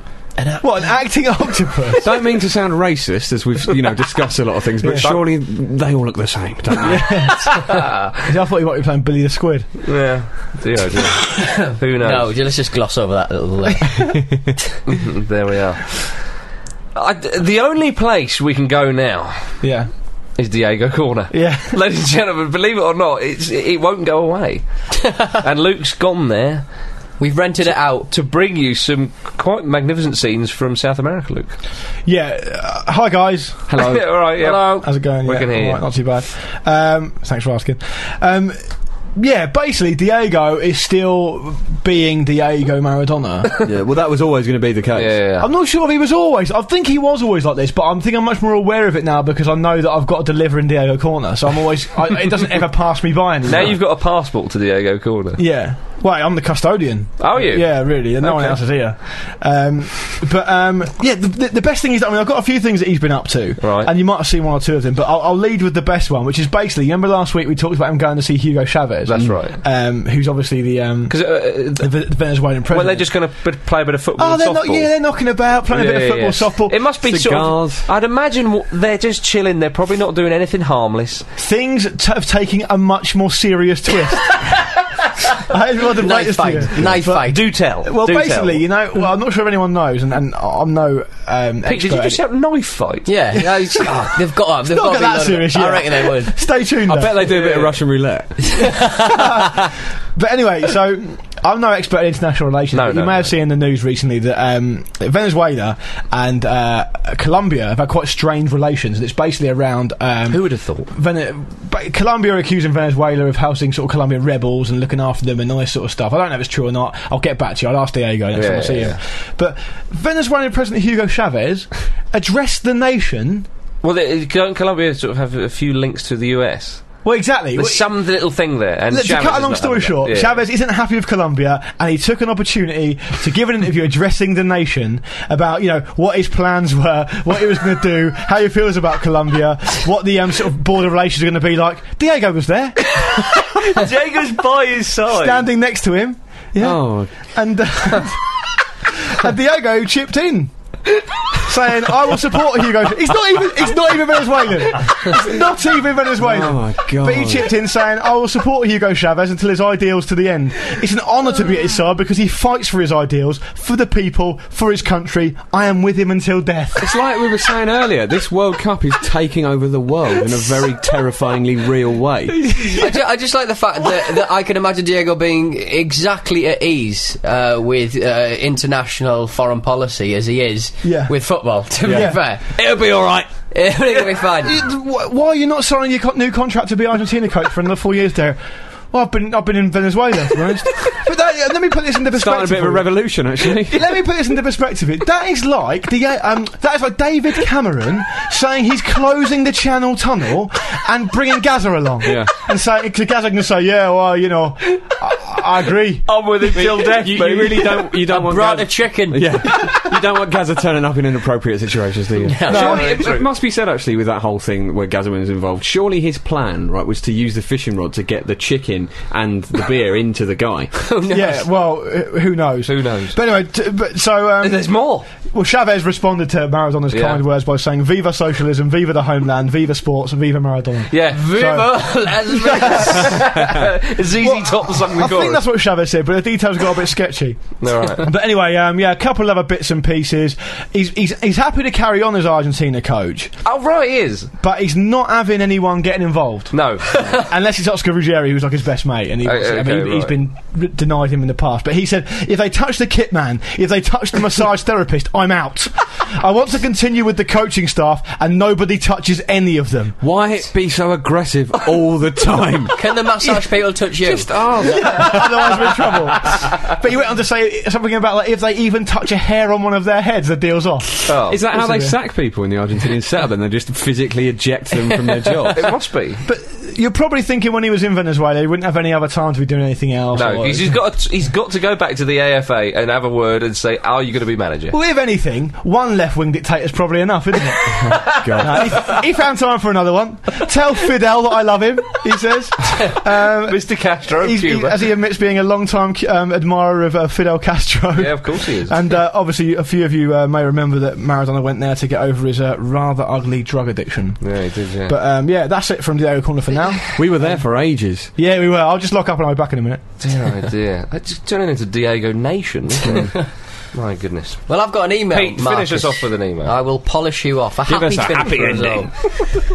S4: What,
S3: <laughs>
S4: an acting octopus?
S5: Don't mean to sound racist, as we've you know discussed a lot of things, but surely they all look the same, don't they?
S4: I thought he might be playing Billy the Squid.
S3: Yeah, dear, oh dear. who
S1: No,
S3: knows?
S1: let's just gloss over that little bit.
S3: There we are. I, the only place we can go now
S4: Yeah.
S3: is Diego
S4: <laughs>
S3: Corner.
S4: Yeah.
S3: Ladies and gentlemen, believe it or not, it's, it won't go away. and Luke's gone there
S1: We've rented it
S3: <laughs>
S1: out.
S3: to bring you some quite magnificent scenes from South America, Luke.
S4: Yeah. Uh, hi, guys.
S5: Hello.
S3: yeah, <laughs> all right, yeah.
S1: Hello.
S4: How's it going?
S3: We can hear
S4: all
S3: you.
S4: right, Not too bad. Um, thanks for asking. Um, yeah, basically, Diego is still being Diego Maradona.
S5: Yeah, well, that was always going to be the
S3: Yeah,
S5: case.
S3: yeah, <laughs> yeah.
S4: I'm not sure if he was always. I think he was always like this, but I'm think I'm much more aware of it now because I know that I've got to deliver in Diego Corner, so I'm always. I, it doesn't ever pass me by anymore.
S3: Now you've got a passport to Diego Corner.
S4: Yeah. Well, I'm the custodian.
S3: Are you?
S4: Yeah, really. And no one
S3: Okay.
S4: else is here. Um, but um, yeah, the, the, the best thing is that I mean I've got a few things that he's been up to,
S3: Right.
S4: And you might have seen one or two of them. But I'll, I'll lead with the best one, which is basically remember last week we talked about him going to see Hugo Chavez.
S3: That's right.
S4: Um, who's obviously the um,
S3: Because uh,
S4: the, the Venezuelan president.
S3: well, they're just going to b- play a bit of football.
S4: oh,
S3: and
S4: they're
S3: softball.
S4: not. Yeah, they're knocking about playing a bit
S3: Yeah, yeah,
S4: of
S3: yeah.
S4: football, softball.
S3: It must be
S5: Cigars.
S3: sort of. I'd imagine w- they're just chilling. They're probably not doing anything harmless.
S4: Things t- have taken a much more serious
S3: <laughs>
S4: twist. <laughs> I hope you want to write
S1: Knife
S4: this
S1: fight.
S4: to you.
S1: Knife fight.
S3: Do tell.
S4: Well,
S3: Do tell.
S4: basically, you know, well, I'm not sure if anyone knows, and, and I'm no um,
S3: Pete,
S4: expert.
S3: did you just shout knife fight?
S1: Yeah, no, it's- oh, they've got. They've got
S4: Not got
S1: to be
S4: that
S1: loaded.
S4: serious,
S1: I
S4: yeah.
S1: reckon they would.
S4: Stay tuned.
S5: I
S4: though.
S5: bet they do a bit of Russian roulette.
S4: But anyway, so I'm no expert in international relations.
S3: No,
S4: but
S3: no,
S4: you may
S3: no.
S4: have seen in the news recently that um, Venezuela and uh, Colombia have had quite strained relations, and it's basically around. Um,
S3: Who would have thought?
S4: Vene- ba- Colombia are accusing Venezuela of housing sort of Colombian rebels and looking after them and all this sort of stuff. I don't know if it's true or not. I'll get back to you. I'll ask Diego next
S3: Yeah,
S4: time I see
S3: yeah,
S4: him. But Venezuelan President Hugo Chavez addressed the nation.
S3: Well, they, don't Colombia sort of have a few links to the US?
S4: Well, exactly.
S3: There's some little thing there. And
S4: Look, to
S3: Chavez
S4: cut a
S3: is
S4: long
S3: not having
S4: story
S3: that.
S4: short,
S3: Yeah.
S4: Chavez isn't happy with Colombia, and he took an opportunity to give an interview addressing the nation about you know what his plans were, what he was going to do, how he feels about Colombia, what the um, sort of border relations are going to be like. Diego was there,
S3: <laughs> Diego's by his side.
S4: standing next to him. Yeah,
S5: Oh,
S4: and uh, <laughs> and Diego chipped in. saying I will support Hugo. He's not even. He's not even Venezuelan. He's not even Venezuelan.
S5: Oh, my God.
S4: But he chipped in saying I will support Hugo Chavez until his ideals to the end. It's an honour to be at his side because he fights for his ideals, for the people, for his country. I am with him until death.
S5: it's like we were saying earlier. This World Cup is taking over the world in a very terrifyingly real <laughs> way.
S1: I, ju- I just like the fact that, that I can imagine Diego being exactly at ease uh, with uh, international foreign policy as he is
S4: Yeah.
S1: with football. To
S4: Yeah.
S1: be fair,
S6: It'll be alright.
S1: <laughs> it'll be fine.
S4: Wh- Why are you not signing your co- new contract to be Argentina coach for another four years, there? Well, I've been I've been in Venezuela, to be honest. But that, let me put this into perspective.
S5: Starting a bit of a
S4: for you.
S5: revolution, <laughs> actually.
S4: Let me put this into perspective. It- That is like the uh, um, that is like David Cameron saying he's closing the Channel Tunnel and bringing Gaza along.
S5: Yeah.
S4: and saying to Gaza can say, yeah, well, you know, I, I agree.
S3: I'm with him
S4: <laughs>
S3: till death,
S5: you, you
S3: baby.
S5: really don't. You don't want
S1: Brought a
S5: Gaza-
S1: chicken.
S5: <laughs> yeah, you don't want Gaza turning up in inappropriate situations, do you? Surely, it, it must be said actually with that whole thing where Gaza was involved. Surely his plan, right, was to use the fishing rod to get the chicken and the beer into the guy.
S4: Yeah, well, uh, who knows?
S3: Who knows?
S4: But anyway, t- but so um,
S3: There's more.
S4: well, Chavez responded to Maradona's
S3: Yeah.
S4: kind words by saying, "Viva socialism, viva the homeland, viva sports, and viva Maradona."
S3: Yeah.
S1: Viva
S3: <laughs>
S1: Las Vegas.
S3: ZZ Top sung the
S4: I think
S3: chorus.
S4: that's what Chavez said, but the details got a bit sketchy.
S3: <laughs> All right.
S4: But anyway, um, yeah, a couple of other bits and pieces. He's, he's, he's happy to carry on as Argentina coach,
S3: Oh, right, he is.
S4: but he's not having anyone getting involved.
S3: <laughs> No.
S4: Unless it's Oscar Ruggeri, who's like his best mate, and he
S3: Oh,
S4: wants it. I mean,
S3: okay,
S4: he's
S3: right.
S4: been r- denied him in the past. But he said, if they touch the kit man, if they touch the massage therapist, I'm out. I want to continue with the coaching staff, and nobody touches any of them.
S5: Why be so aggressive all the <laughs> time?
S1: Can the massage people touch you?
S5: Just
S3: Oh, <laughs>
S5: ask.
S4: Otherwise, we're in trouble. But he went on to say something about like if they even touch a hair on one of their heads, the deal's off.
S3: Oh.
S5: Is that how they sack people in the Argentinian setup? And they just physically eject them from their <laughs> job.
S3: It must be.
S4: But you're probably thinking when he was in Venezuela, he wouldn't have any other time to be doing anything else.
S3: <laughs> No,
S4: or-
S3: he's, he's got. To, he's got to go back to the AFA and have a word and say, "Are you going to be manager?"
S4: Well, if anything, one left wing dictator's probably enough, isn't it? No, he, he found time for another one. Tell Fidel that I love him, he
S3: <laughs>
S4: says.
S3: <laughs>
S4: Um,
S3: Mr. Castro of
S4: he's- he-
S3: Cuba.
S4: as he admits, being a long time um, admirer of uh, Fidel Castro.
S3: yeah, of course he is.
S4: And uh, obviously, a few of you uh, may remember that Maradona went there to get over his uh, rather ugly drug addiction.
S3: yeah, he did. Yeah.
S4: But um, yeah, that's it from Diego Corner for
S3: <laughs>
S4: now.
S5: We were there for ages.
S4: yeah, we were. I'll just lock up and I'll be back in a minute.
S3: dear idea. That's just turning into Diego Nation. Isn't <laughs> it? My goodness. Uh,
S1: Well, I've got an email.
S3: Pete,
S1: Marcus.
S3: finish us off with an email.
S1: I will polish you off. A happy
S5: us a
S1: finish
S5: happy
S1: for us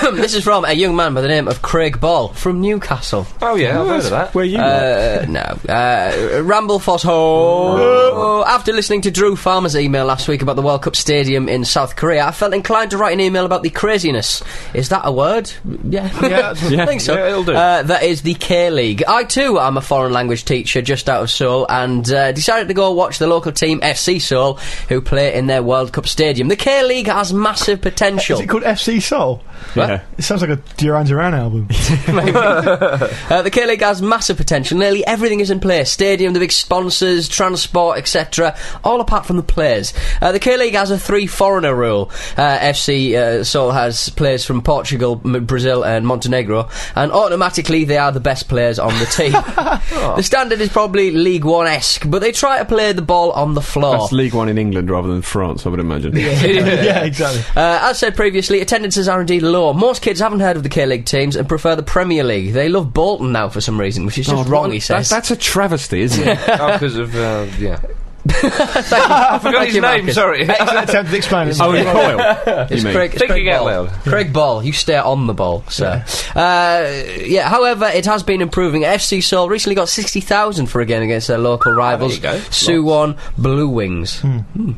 S1: all. <laughs> this is from a young man by the name of Craig Ball from Newcastle.
S3: oh yeah, I've heard of <laughs> that.
S5: Where you?
S1: Uh, no. Uh, Ramble Foss Ho. After listening to Drew Farmer's email last week about the World Cup stadium in South Korea, I felt inclined to write an email about the craziness. Is that a word? Yeah. <laughs> I think so.
S3: Yeah, it'll do.
S1: Uh, that is the K League. I too am a foreign language teacher just out of Seoul and uh, decided to go watch the local local team FC Seoul, who play in their World Cup stadium. The K League has massive potential.
S4: Is it called FC Soul?
S5: Yeah.
S4: It sounds like a Duran
S3: <laughs>
S4: Duran album.
S1: <laughs> Uh, the K League has massive potential. Nearly everything is in place stadium, the big sponsors, transport, etc. All apart from the players. Uh, the K League has a three foreigner rule. Uh, FC uh, Seoul has players from Portugal, M- Brazil, and Montenegro, and automatically they are the best players on the team. The standard is probably League One esque, but they try to play the ball on the floor.
S5: That's League One in England rather than France, I would imagine.
S4: Oh. yeah,
S3: <laughs>
S4: exactly.
S1: Uh, as said previously, attendances are indeed low. Most kids haven't heard of the K League teams and prefer the Premier League. They love Bolton now for some reason, which is just
S5: Oh,
S1: wrong,
S5: that-
S1: he says.
S5: That's, that's a travesty, isn't it?
S3: because of uh, yeah.
S1: <laughs>
S3: I forgot his
S1: you,
S3: name.
S1: Marcus.
S3: Sorry. <laughs>
S4: Excellent attempt to explain it. <laughs>
S5: oh, Coyle.
S1: It's
S5: you mean.
S1: Craig, it's
S3: Thinking
S1: Craig
S3: out
S1: Ball.
S3: loud.
S1: Craig Ball, you stare on the ball, sir. Uh, yeah, however, it has been improving. FC Seoul recently got 60,000 for a game against their local rivals,
S3: go.
S1: Suwon Blue Wings. Hmm.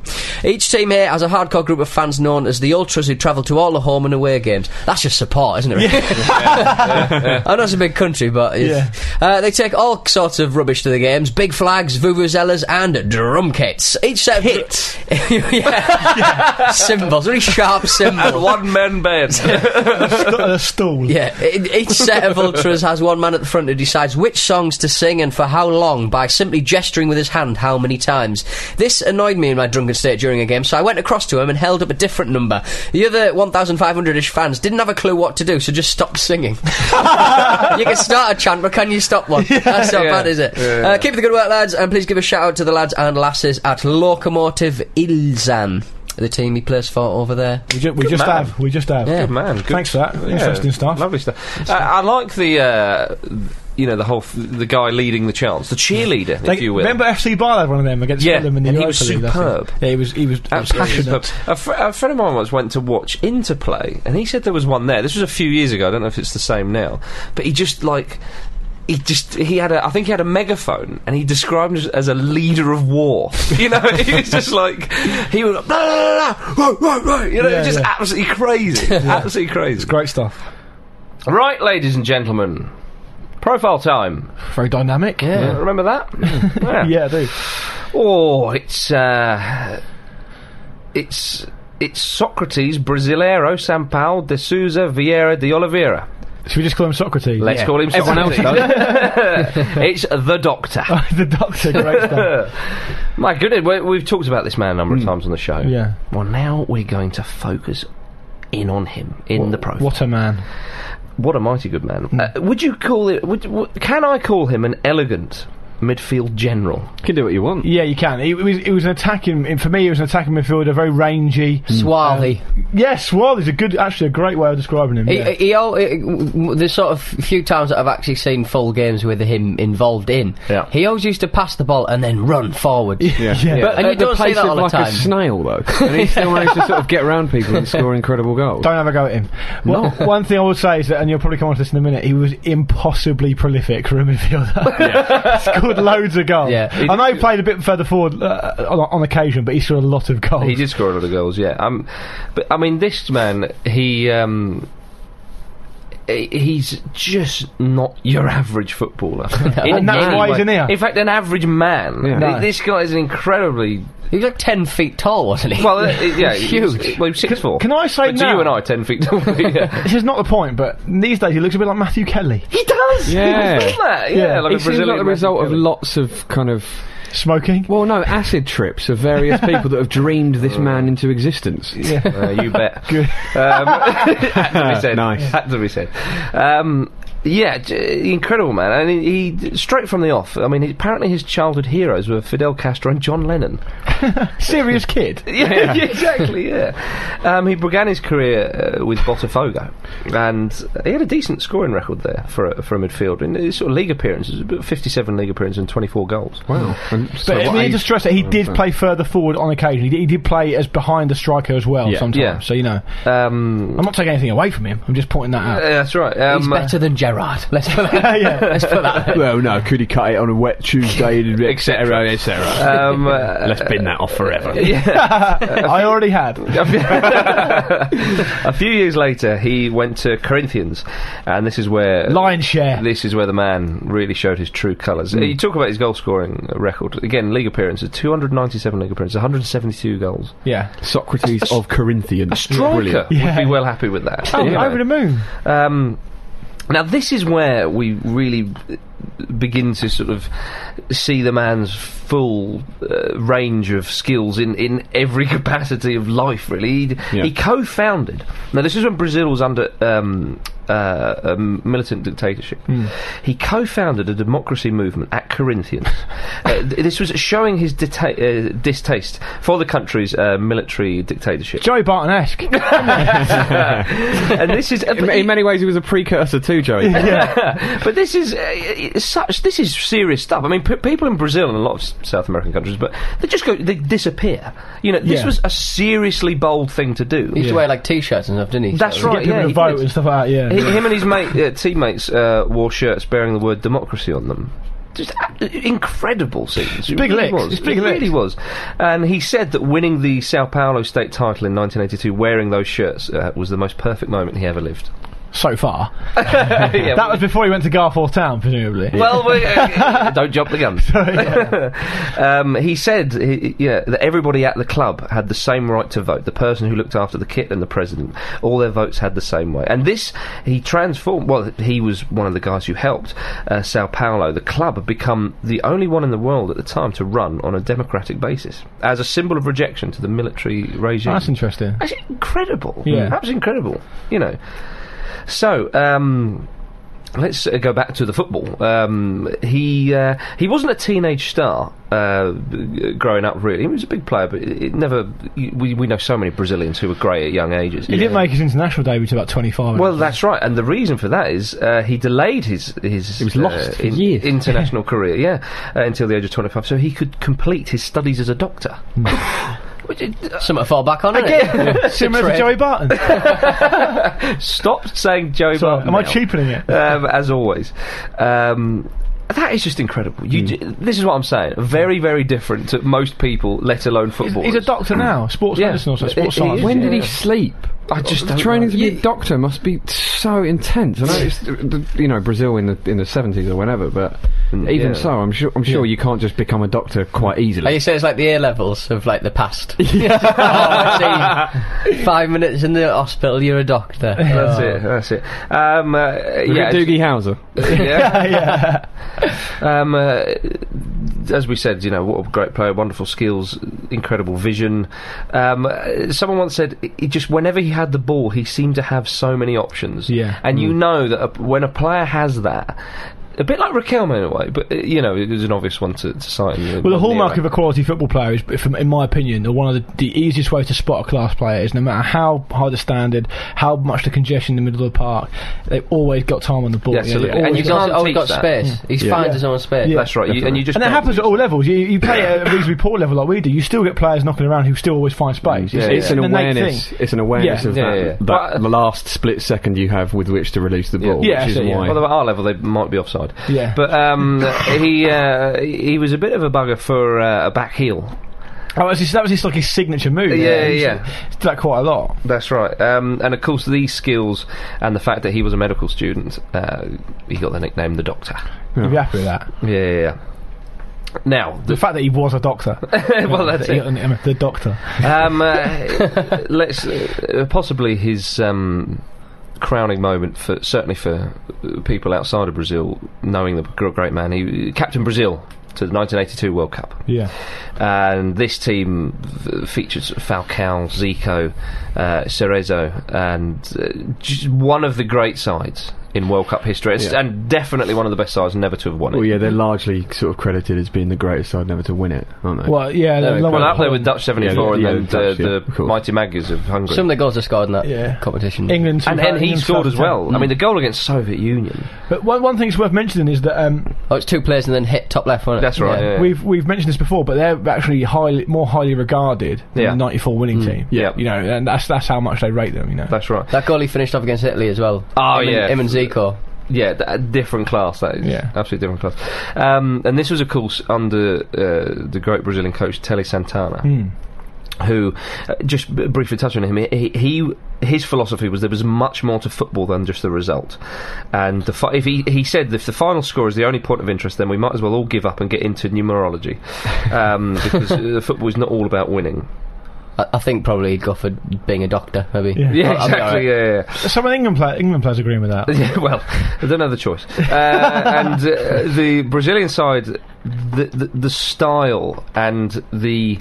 S1: Each team here has a hardcore group of fans known as the Ultras who travel to all the home and away games. That's just support, isn't it? really? <laughs> I know it's a big country, but it's- uh, they take all sorts of rubbish to the games: big flags, vuvuzelas, and drum kits. Each set of <laughs> kits, yeah. symbols, really sharp
S3: <laughs> and
S1: symbols.
S3: one man band.
S4: Stu- a stool.
S1: Yeah, e- each set of ultras has one man at the front who decides which songs to sing and for how long by simply gesturing with his hand how many times. This annoyed me in my drunken state during a game, so I went across to him and held up a different number. The other 1,500-ish fans didn't have a clue what to do, so just stopped
S3: <laughs>
S1: singing. you can start a chant, but can you stop one? That's not
S3: Yeah.
S1: bad, is it?
S3: Yeah.
S1: Uh, keep the good work, lads, and please give a shout out to the lads and lasses at Locomotive Ilzan, the team he plays for over there.
S4: We, ju- we just
S3: man.
S4: have. We just have.
S1: Yeah.
S3: Good man. Good
S4: Thanks for that.
S3: Yeah,
S4: Interesting stuff.
S3: Lovely stuff. Uh, I like the. Uh, you know the whole f- the guy leading the chance, the cheerleader,
S4: They-
S3: if you will.
S4: remember FC Bar had one of them against
S3: Yeah,
S4: Fulham in the
S3: and he
S4: Europa
S3: was
S4: League, I think.
S3: superb.
S4: Yeah, he was. He was
S3: Absolutely.
S4: absolutely
S3: superb. A, fr- a friend of mine once went to watch Interplay, and he said there was one there. This was a few years ago. I don't know if it's the same now, but he just like. He just, he had a, I think he had a megaphone and he described him as a leader of war. <laughs> You know, he was just like, he was, like, blah, blah, blah, blah, whoa, whoa, whoa. You know, it was
S4: Yeah,
S3: just
S4: yeah.
S3: absolutely crazy. Absolutely crazy.
S4: Great stuff.
S3: Right, ladies and gentlemen, profile time.
S4: Very dynamic.
S3: Yeah. Remember that? <laughs>
S4: Yeah, yeah I do.
S3: Oh, it's uh, it's it's Socrates, Brasileiro, Sampaio, De Souza, Vieira, de Oliveira.
S4: Should we just call him Socrates?
S3: Let's
S4: Yeah.
S3: call him Socrates. <laughs> it's the
S4: <laughs>
S3: Doctor.
S4: <laughs> the doctor. Great stuff.
S3: <laughs> My goodness, we, we've talked about this man a number of times on the show.
S4: Hmm. Yeah.
S3: Well, now we're going to focus in on him in the profile.
S4: What Hmm. a man.
S3: What a mighty good man. Uh, would you call it? Would, w can I call him an elegant midfield general?
S5: You can do what you want.
S4: Yeah, you can. He, he was. He was an attacking. For me, he was an attacking midfielder. Very rangy.
S3: Mm.
S1: Swarthy.
S4: Yes, well, there's a good, actually, a great way of describing him.
S1: He,
S4: yeah.
S1: he, al- he, the sort of few times that I've actually seen full games with him involved in,
S3: Yeah.
S1: he always used to pass the ball and then run forward.
S5: Yeah.
S4: <laughs> Yeah.
S1: But- and you
S5: At the
S1: don't see
S5: pace
S1: that
S5: of
S1: all the
S5: like
S1: time.
S5: a snail,
S4: <laughs>
S5: though. and he still managed to sort of get around people and score incredible goals.
S4: Don't have a go at him. Well, <laughs> one thing I would say is that, and you'll probably come on to this in a minute, he was impossibly prolific for
S3: <laughs>
S4: a midfielder. <laughs> scored loads of goals.
S1: Yeah.
S4: I know he played a bit further forward uh, on, on occasion, but he scored a lot of goals.
S3: He did score a lot of goals, yeah. Um, but I mean, this man, he um, he- he's just not your average footballer. in
S4: And that's
S3: any
S4: why he's
S3: way.
S4: in here.
S3: In fact, an average man.
S5: Yeah.
S3: Th-
S4: No.
S3: This guy is an incredibly
S1: He was like 10 feet tall, wasn't he?
S3: well, uh, yeah,
S1: He's
S3: he was-
S1: huge.
S3: Well, he was six four.
S4: Can I say
S3: But to
S4: now?
S3: you and I, ten feet tall. yeah.
S4: This is not the point, but these days he looks a bit like Matthew Kelly.
S3: He does.
S5: Yeah.
S3: he's done that. Yeah,
S4: <laughs> Yeah.
S3: like
S5: It
S3: a
S5: seems
S3: Brazilian
S5: like the
S3: man.
S5: result of lots of kind of
S4: Smoking.
S5: well, no, acid trips of various people that have
S4: <laughs>
S5: dreamed
S4: Uh.
S5: this man into existence.
S3: Uh, you bet.
S4: Good.
S3: Um, <laughs> had to be said.
S5: Nice.
S3: Had to be said. Um, yeah, j- incredible man. I mean, he straight from the off. I mean, he, apparently his childhood heroes were Fidel Castro and John Lennon.
S4: <laughs>
S3: <laughs>
S4: Serious kid.
S3: yeah, <laughs> exactly. Yeah. Um, he began his career uh, with Botafogo, and he had a decent scoring record there for a, for a midfielder. In his sort of league appearances, about fifty-seven league appearances and twenty-four goals.
S5: Wow. And so
S4: But
S5: what
S4: we
S5: age-
S4: need to stress that he did play further forward on occasion. He did, he did play as behind the striker as well
S5: Yeah.
S4: sometimes.
S3: Yeah.
S4: So, you know,
S3: Um,
S4: I'm not taking anything away from him. I'm just pointing that
S3: uh,
S4: out.
S3: that's right.
S1: He's
S3: Um,
S1: better than
S6: Gerard. Let's put that.
S4: <laughs> yeah.
S6: Let's put that.
S5: Well, no, could he cut it on a wet Tuesday, <laughs> etc., etc.? <laughs>
S3: Um, uh,
S7: Let's bin that off
S3: <laughs>
S7: forever.
S4: I already had.
S3: a few years later, he went to Corinthians, and this is where
S4: Lion's share.
S3: This is where the man really showed his true colours. You talk about his goal scoring record again. League appearances: 297 league appearances, 172 goals.
S4: Yeah.
S5: Socrates of Corinthians.
S3: Striker would
S4: Yeah.
S3: be well happy with that.
S4: Oh,
S3: you know.
S4: over the moon.
S3: Um, now, this is where we really begin to sort of see the man's full uh, range of skills in, in every <laughs> capacity of life, really. He,
S5: Yeah.
S3: he co founded. Now, this is when Brazil was under um, uh, a militant dictatorship. He co founded a democracy movement at Corinthians. uh, th- this was showing his deta- uh, distaste for the country's uh, military dictatorship. <laughs>
S4: Joey Barton-esque.
S3: and this is.
S5: In, in many ways, he was a precursor to Joey.
S3: <laughs> but this is uh, it's such this is serious stuff. I mean, p- people in Brazil and a lot of S- South American countries, but they just go they disappear. You know, this
S4: Yeah.
S3: was a seriously bold thing to do.
S1: He used to wear like t-shirts and stuff, didn't he?
S3: That's
S1: So-
S3: right.
S4: Get people
S3: yeah,
S4: to
S3: he
S4: vote
S3: did.
S4: and stuff like that,
S3: H-
S4: yeah.
S3: Him and his mate, uh, teammates uh, wore shirts bearing the word democracy on them. Just a- incredible scenes. It
S4: big
S3: really
S4: licks.
S3: was.
S4: It's big
S3: it
S4: licks.
S3: really was. And he said that winning the Sao Paulo state title in 1982 wearing those shirts uh, was the most perfect moment he ever lived. <laughs>
S4: So far.
S3: Yeah,
S4: That was before he went to Garforth Town, presumably.
S3: Well, we, uh, don't jump the gun. <laughs> um, he said he, yeah, that everybody at the club had the same right to vote. The person who looked after the kit and the president, all their votes had the same way. And this, he transformed. Well, he was one of the guys who helped uh, Sao Paulo, the club, become the only one in the world at the time to run on a democratic basis as a symbol of rejection to the military regime.
S4: That's interesting.
S3: That's incredible.
S4: Yeah.
S3: That was incredible. You know. So, um, let's uh, go back to the football. Um, he uh, he wasn't a teenage star uh, g- growing up, really. He was a big player, but it it never. We, we know so many Brazilians who were great at young ages.
S4: He didn't make his international debut until about 25.
S3: Well, that's right, and the reason for that is uh, he delayed his his uh,
S5: was lost for years.
S3: international
S5: <laughs>
S3: career, yeah, uh, until the age of twenty five, so he could complete his studies as a doctor.
S5: Mm.
S3: Which is-
S1: Something to fall back on, isn't it?
S4: Again, <laughs> similar to
S3: <laughs>
S4: Joey Barton.
S3: Stop saying Joe
S4: Sorry,
S3: Barton
S4: am I
S3: now.
S4: cheapening it?
S3: um, as always. Um, that is just incredible.
S5: Hmm.
S3: You, d- This is what I'm saying. Very, very different to most people, let alone
S4: He's,
S3: football.
S4: he's a doctor now, sports
S3: Mm. Yeah.
S4: medicine, also
S3: He-
S4: sports
S3: he
S4: science.
S3: is.
S5: When did he
S3: Yeah.
S5: sleep?
S3: I just don't
S5: Training
S3: know.
S5: to be a doctor must be so intense. I know it's the- the- you know Brazil in the in the seventies or whenever, but even
S3: yeah.
S5: so, I'm sure I'm sure you can't just become a doctor quite
S1: Like
S5: easily.
S1: you say, it's like the A levels of like the past. <laughs> Oh, see, Five minutes in the hospital, you're a doctor.
S3: That's
S1: Oh.
S3: it. That's it. Um, uh,
S5: Ah. Look
S3: yeah,
S5: at Doogie Howser.
S3: <laughs> yeah.
S4: <laughs>
S3: Um, uh, as we said, you know, what a great player, wonderful skills, incredible vision. Um, uh, someone once said, he just whenever he had the ball, he seemed to have so many options.
S4: Yeah. Mm.
S3: And you know that a, when a player has that, a bit like Raquel in a way, but uh, you know, it was an obvious one to, to cite. in
S4: Well,
S3: one
S4: the hallmark of
S3: era.
S4: a quality football player is, from, in my opinion, the one of the, the easiest ways to spot a class player is no matter how high the standard, how much the congestion in the middle of the park, they've always got time on the ball.
S3: Yeah,
S4: you know, they've
S3: absolutely. And
S4: always
S3: you
S1: He's
S3: can't
S1: also always
S3: teach
S1: got
S3: that.
S1: space. He's finds his own space.
S4: Yeah.
S3: That's right, you, and you just
S4: and that
S3: can't-
S4: happens at all levels. You, you play
S3: <coughs>
S4: at a reasonably poor level like we do. You still get players knocking around who still always find space.
S3: Mm. Yeah,
S5: It's
S3: yeah.
S5: an
S4: an innate
S5: awareness.
S4: thing.
S5: It's an awareness
S4: Yeah.
S5: of
S3: Yeah,
S5: that,
S3: yeah, yeah.
S5: that
S3: But-
S5: the last split second you have with which to release the ball,
S4: Yeah,
S5: which is
S4: so, yeah.
S5: why.
S3: Although at our level they might be offside.
S4: Yeah.
S3: But um, he uh, he was a bit of a bugger for uh, a back heel.
S4: Oh, that's his- that was his like his signature move.
S3: Yeah,
S4: yeah.
S3: yeah,
S4: He
S3: yeah.
S4: used to do that quite a lot.
S3: That's right. Um, and of course, these skills and the fact that he was a medical student, uh, he got the nickname the Doctor.
S4: You'd be happy with that.
S3: Yeah, yeah, yeah. Now,
S4: The
S3: the
S4: fact that he was a doctor.
S3: <laughs> well, that's
S4: the,
S3: it.
S4: The doctor.
S3: Um, uh, let's uh, possibly his um, crowning moment for certainly for uh, people outside of Brazil, knowing the gr- great man, he captain Brazil to the 1982 World Cup.
S4: Yeah.
S3: and this team f- featured sort of Falcao, Zico, uh, Cerezo, and uh, just one of the great sides in World Cup history, It's-
S5: Yeah.
S3: and definitely one of the best sides never to have won it.
S5: Well, yeah, they're largely sort of credited as being the greatest side never to win it, aren't they?
S4: Well, yeah.
S1: There we
S4: the
S1: go.
S4: long
S3: Well,
S4: way
S3: up there
S4: home.
S3: with Dutch 74
S5: yeah,
S3: and
S5: the
S3: then
S5: Dutch, yeah,
S3: the,
S5: of
S3: the
S5: course.
S3: mighty Maggers of Hungary.
S1: Some of the goals are scored in that
S4: Yeah.
S1: competition.
S4: England
S3: and then he
S4: 2000,
S3: scored as well. I
S4: 2010.
S3: mean, the goal against Soviet Union.
S4: But one, one thing that's worth mentioning is that um,
S1: Oh, it's two players and then hit top left, wasn't it?
S3: That's right. Yeah.
S4: we've we've mentioned this before, but they're actually highly more highly regarded than
S3: Yeah. Mm.
S4: the '94 winning team.
S3: Yeah.
S4: you know, and that's that's how much they rate them. You know,
S3: That's right.
S1: That goal he finished off against Italy as well.
S3: Oh,
S1: him
S3: yeah.
S1: And, him and Zico.
S3: Yeah, th- a different class. That is
S4: Yeah.
S3: absolutely different class. Um, and this was, of course, under uh, the great Brazilian coach Tele
S5: Hmm.
S3: Santana,
S4: Mm.
S3: who uh, just b- briefly touch on him. He, he his philosophy was there was much more to football than just the result. And the fi- if he he said if the final score is the only point of interest, then we might as well all give up and get into <laughs> numerology um, because uh, football is not all about winning.
S1: I, I think probably he'd go for being a doctor, maybe.
S4: Yeah.
S3: Yeah,
S1: I'll- I'll be
S3: exactly.
S1: alright.
S3: Yeah, yeah.
S4: Some of the England, play- England players agreeing with
S3: <laughs>
S4: that.
S3: Yeah, well, I don't have the choice. Uh, and uh, the Brazilian side, the, the the style and the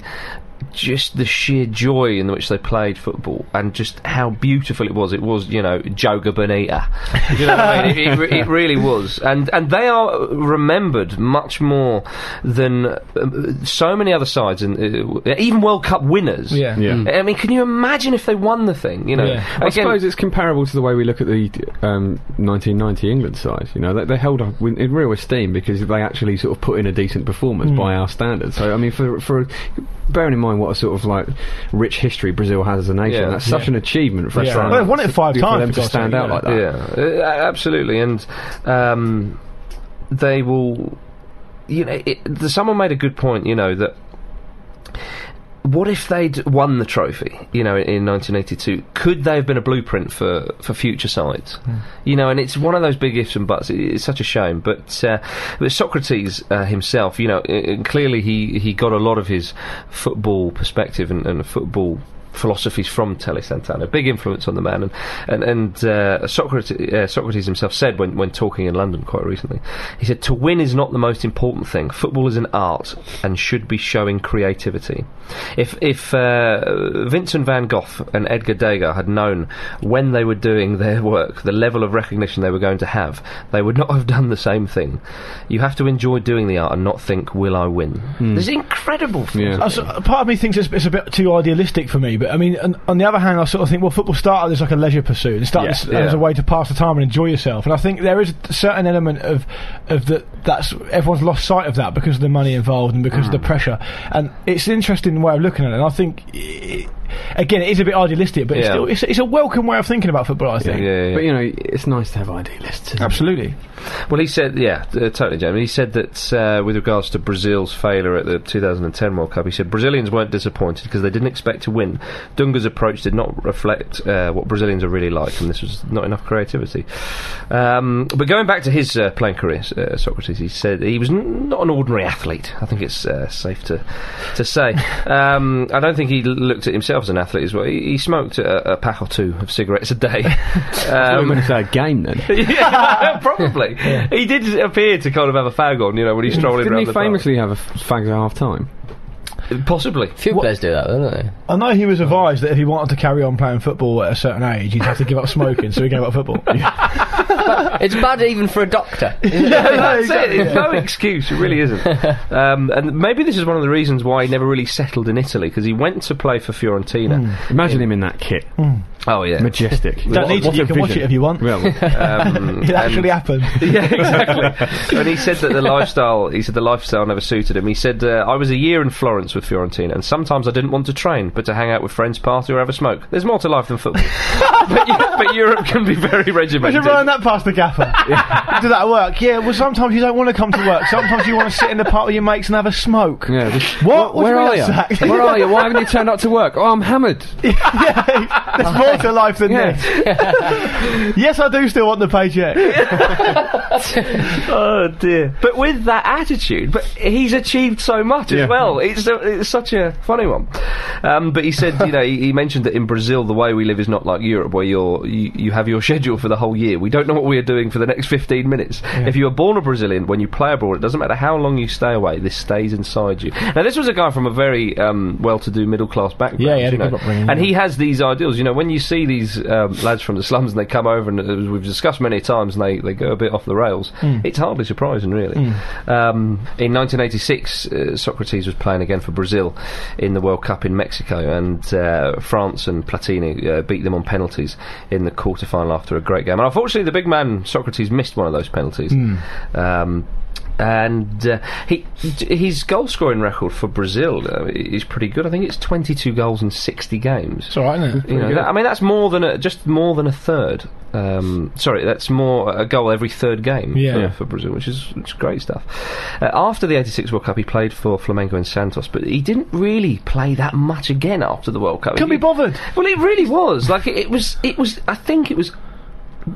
S3: just the sheer joy in which they played football and just how beautiful it was. It was, you know, Joga Bonita. You know what I mean? It, it, re- it really was. And and they are remembered much more than um, so many other sides, and uh, even World Cup winners.
S4: Yeah.
S5: Yeah.
S3: I mean, can you imagine if they won the thing? You know,
S4: Yeah.
S5: I
S3: Again-
S5: suppose it's comparable to the way we look at the um, 1990 England side. You know, they, they held up in, in real esteem because they actually sort of put in a decent performance
S4: Hmm.
S5: by our standards. So, I mean, for for bearing in mind what a sort of like rich history Brazil has as a nation,
S3: Yeah.
S5: that's such an achievement for us.
S4: Yeah. Well, they won it five
S5: for
S4: times,
S5: them
S4: for
S5: to
S4: God's
S5: stand
S4: sake,
S5: out
S4: yeah.
S5: like that.
S3: Yeah, uh, absolutely, and um, they will. You know, it, the, someone made a good point. You know that. What if they'd won the trophy? You know, in, 1982, could they have been a blueprint for, for future sides?
S5: Hmm.
S3: You know, and it's one of those big ifs and buts. It, it's such a shame, but uh, but Socrates uh, himself, you know, i i- clearly he, he got a lot of his football perspective and, and football philosophies from Tele Santana. Big influence on the man, and and, and uh, Socrates, uh, Socrates himself said when when talking in London quite recently, he said to win is not the most important thing. Football is an art and should be showing creativity. If if uh, Vincent van Gogh and Edgar Degas had known when they were doing their work the level of recognition they were going to have, they would not have done the same thing. You have to enjoy doing the art and not think, "Will I win?"
S5: Hmm.
S3: This is incredible.
S5: Yeah.
S4: I s- part of me thinks it's, it's a bit too idealistic for me, but I mean, on, on the other hand, I sort of think, well, football started as like a leisure pursuit. It started
S5: Yeah.
S4: as, as
S3: Yeah.
S4: a way to pass the time and enjoy yourself. And I think there is a certain element of of that that's everyone's lost sight of that because of the money involved and because of
S3: Mm.
S4: the pressure. And it's an interesting way of looking at it. And I think, i again, it is a bit idealistic, but it's
S3: Yeah.
S4: still it's, it's a welcome way of thinking about football. I think.
S3: yeah, yeah.
S5: But you know, it's nice to have idealists.
S4: Absolutely.
S3: Well, he said, yeah, uh, totally, Jamie. He said that uh, with regards to Brazil's failure at the 2010 World Cup, he said Brazilians weren't disappointed because they didn't expect to win. Dunga's approach did not reflect uh, what Brazilians are really like, and this was not enough creativity. Um, but going back to his uh, playing career, uh, Socrates, he said he was n- not an ordinary athlete. I think it's uh, safe to to say. Um, I don't think he l- looked at himself as an athlete as well. He, he smoked a, a pack or two of cigarettes a day.
S5: I'm
S3: Um,
S5: going to say a game
S4: <laughs>
S5: then.
S3: <laughs> yeah,
S5: <laughs>
S3: probably. He did appear to kind of have a fag on, you know, when he's strolling
S5: Mm. Didn't
S3: around
S5: he
S3: the park.
S5: famously have a f- fag at half time?
S3: Possibly.
S1: Few players do that, don't they?
S4: I know he was advised that if he wanted to carry on playing football at a certain age, he'd have to give up smoking. so he gave up football.
S3: <laughs>
S4: <laughs>
S1: It's bad even for a doctor.
S3: That's it. It's no excuse. It really
S5: <laughs>
S3: isn't. Um, and maybe this is one of the reasons why he never really settled in Italy because he went to play for
S5: Hmm.
S3: Fiorentina.
S5: Imagine him in that kit,
S3: Oh yeah.
S5: majestic.
S4: Hmm. Don't need to.
S5: what a
S4: You can watch <laughs>
S5: vision.
S4: it if you want.
S5: Well,
S3: Um,
S4: It actually
S3: and-
S4: happened.
S3: <laughs> yeah,
S5: <laughs>
S3: exactly. and he said that the lifestyle, he said the lifestyle never suited him. He said, uh, I was a year in Florence with Fiorentina, and sometimes I didn't want to train, but to hang out with friends, party, or have a smoke. There's more to life than
S5: <laughs>
S3: football. but, but Europe can be very
S4: We
S3: regimented.
S4: should run that past the
S5: <laughs>
S4: gaffer. Do that at work? Yeah. Well, sometimes you don't want to come to work. Sometimes you want to sit in the park with your mates and have a smoke.
S5: yeah, just-
S4: What? What do
S5: Where
S4: you
S5: are
S4: mean
S5: you?
S4: that's that? <laughs>
S5: Where are you? Why haven't you turned up to work? Oh, I'm hammered.
S4: There's more to life than
S5: Yeah.
S4: this. <laughs> yes, I do still want the paycheck.
S3: Oh dear! But with that attitude, but he's achieved so much as well. It's, a, it's such a funny one. Um, but he said, you know, he, he mentioned that in Brazil the way we live is not like Europe, where you're you, you have your <laughs> schedule for the whole year. We don't know what we are doing for the next fifteen minutes. If you are born a Brazilian, when you play abroad, it doesn't matter how long you stay away. This stays inside you. Now, this was a guy from a very um, well-to-do middle-class background.
S4: Yeah, he had
S3: you
S4: a good
S3: know,
S4: upbringing,
S3: and
S4: yeah.
S3: he has these ideals. You know, when you see these um, lads from the slums and they come over, and as we've discussed many times, and they, they go a bit off the rails, it's hardly surprising, really. Um, in 1986, uh, Socrates was playing again for Brazil in the World Cup in Mexico, and uh, France and Platini uh, beat them on penalties in the quarter final after a great game. And unfortunately, the big man Socrates missed one of those penalties. Um, and uh, he his goal scoring record for Brazil uh, is pretty good. I think it's 22 goals in 60 games.
S4: It's all right, isn't it?
S3: You know, that- I mean, that's more than a, just more than a third. Um, sorry, that's more a goal every third game
S4: Yeah.
S3: uh,
S4: Yeah.
S3: for Brazil, which is it's great stuff. Uh, after the '86 World Cup, he played for Flamengo and Santos, but he didn't really play that much again after the World Cup.
S4: Can
S3: He-
S4: be bothered.
S3: well, it really was. Like it, it was. It was. I think it was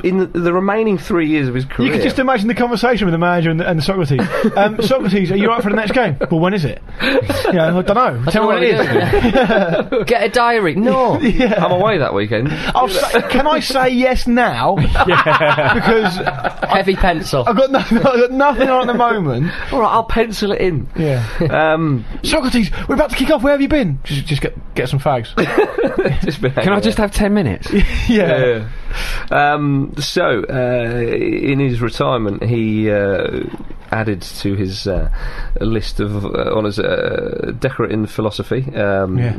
S3: in the, the remaining three years of his career.
S4: You can just imagine the conversation with the manager and, the, and Socrates.
S5: <laughs>
S4: Um, Socrates, are you all right for the next game? Well, when is it? Yeah, I don't know. Tell me when it is.
S3: <laughs>
S1: Get a diary. No.
S3: I'm away that weekend.
S4: I'll say, can I say yes
S5: <laughs>
S4: now? because
S1: Heavy pencil.
S4: I've got, no, <laughs> I've got nothing <laughs> on at the moment.
S3: All right, I'll pencil it in.
S4: Yeah.
S3: Um, <laughs>
S4: Socrates, we're about to kick off. Where have you been? Just, just get get some <laughs> fags.
S3: just been
S5: Can I
S3: hanging
S5: just have 10 minutes?
S4: yeah.
S3: Yeah. Um, so, uh, in his retirement, he uh, added to his uh, list of uh, honours uh, Doctorate in philosophy. Um,
S4: Yeah.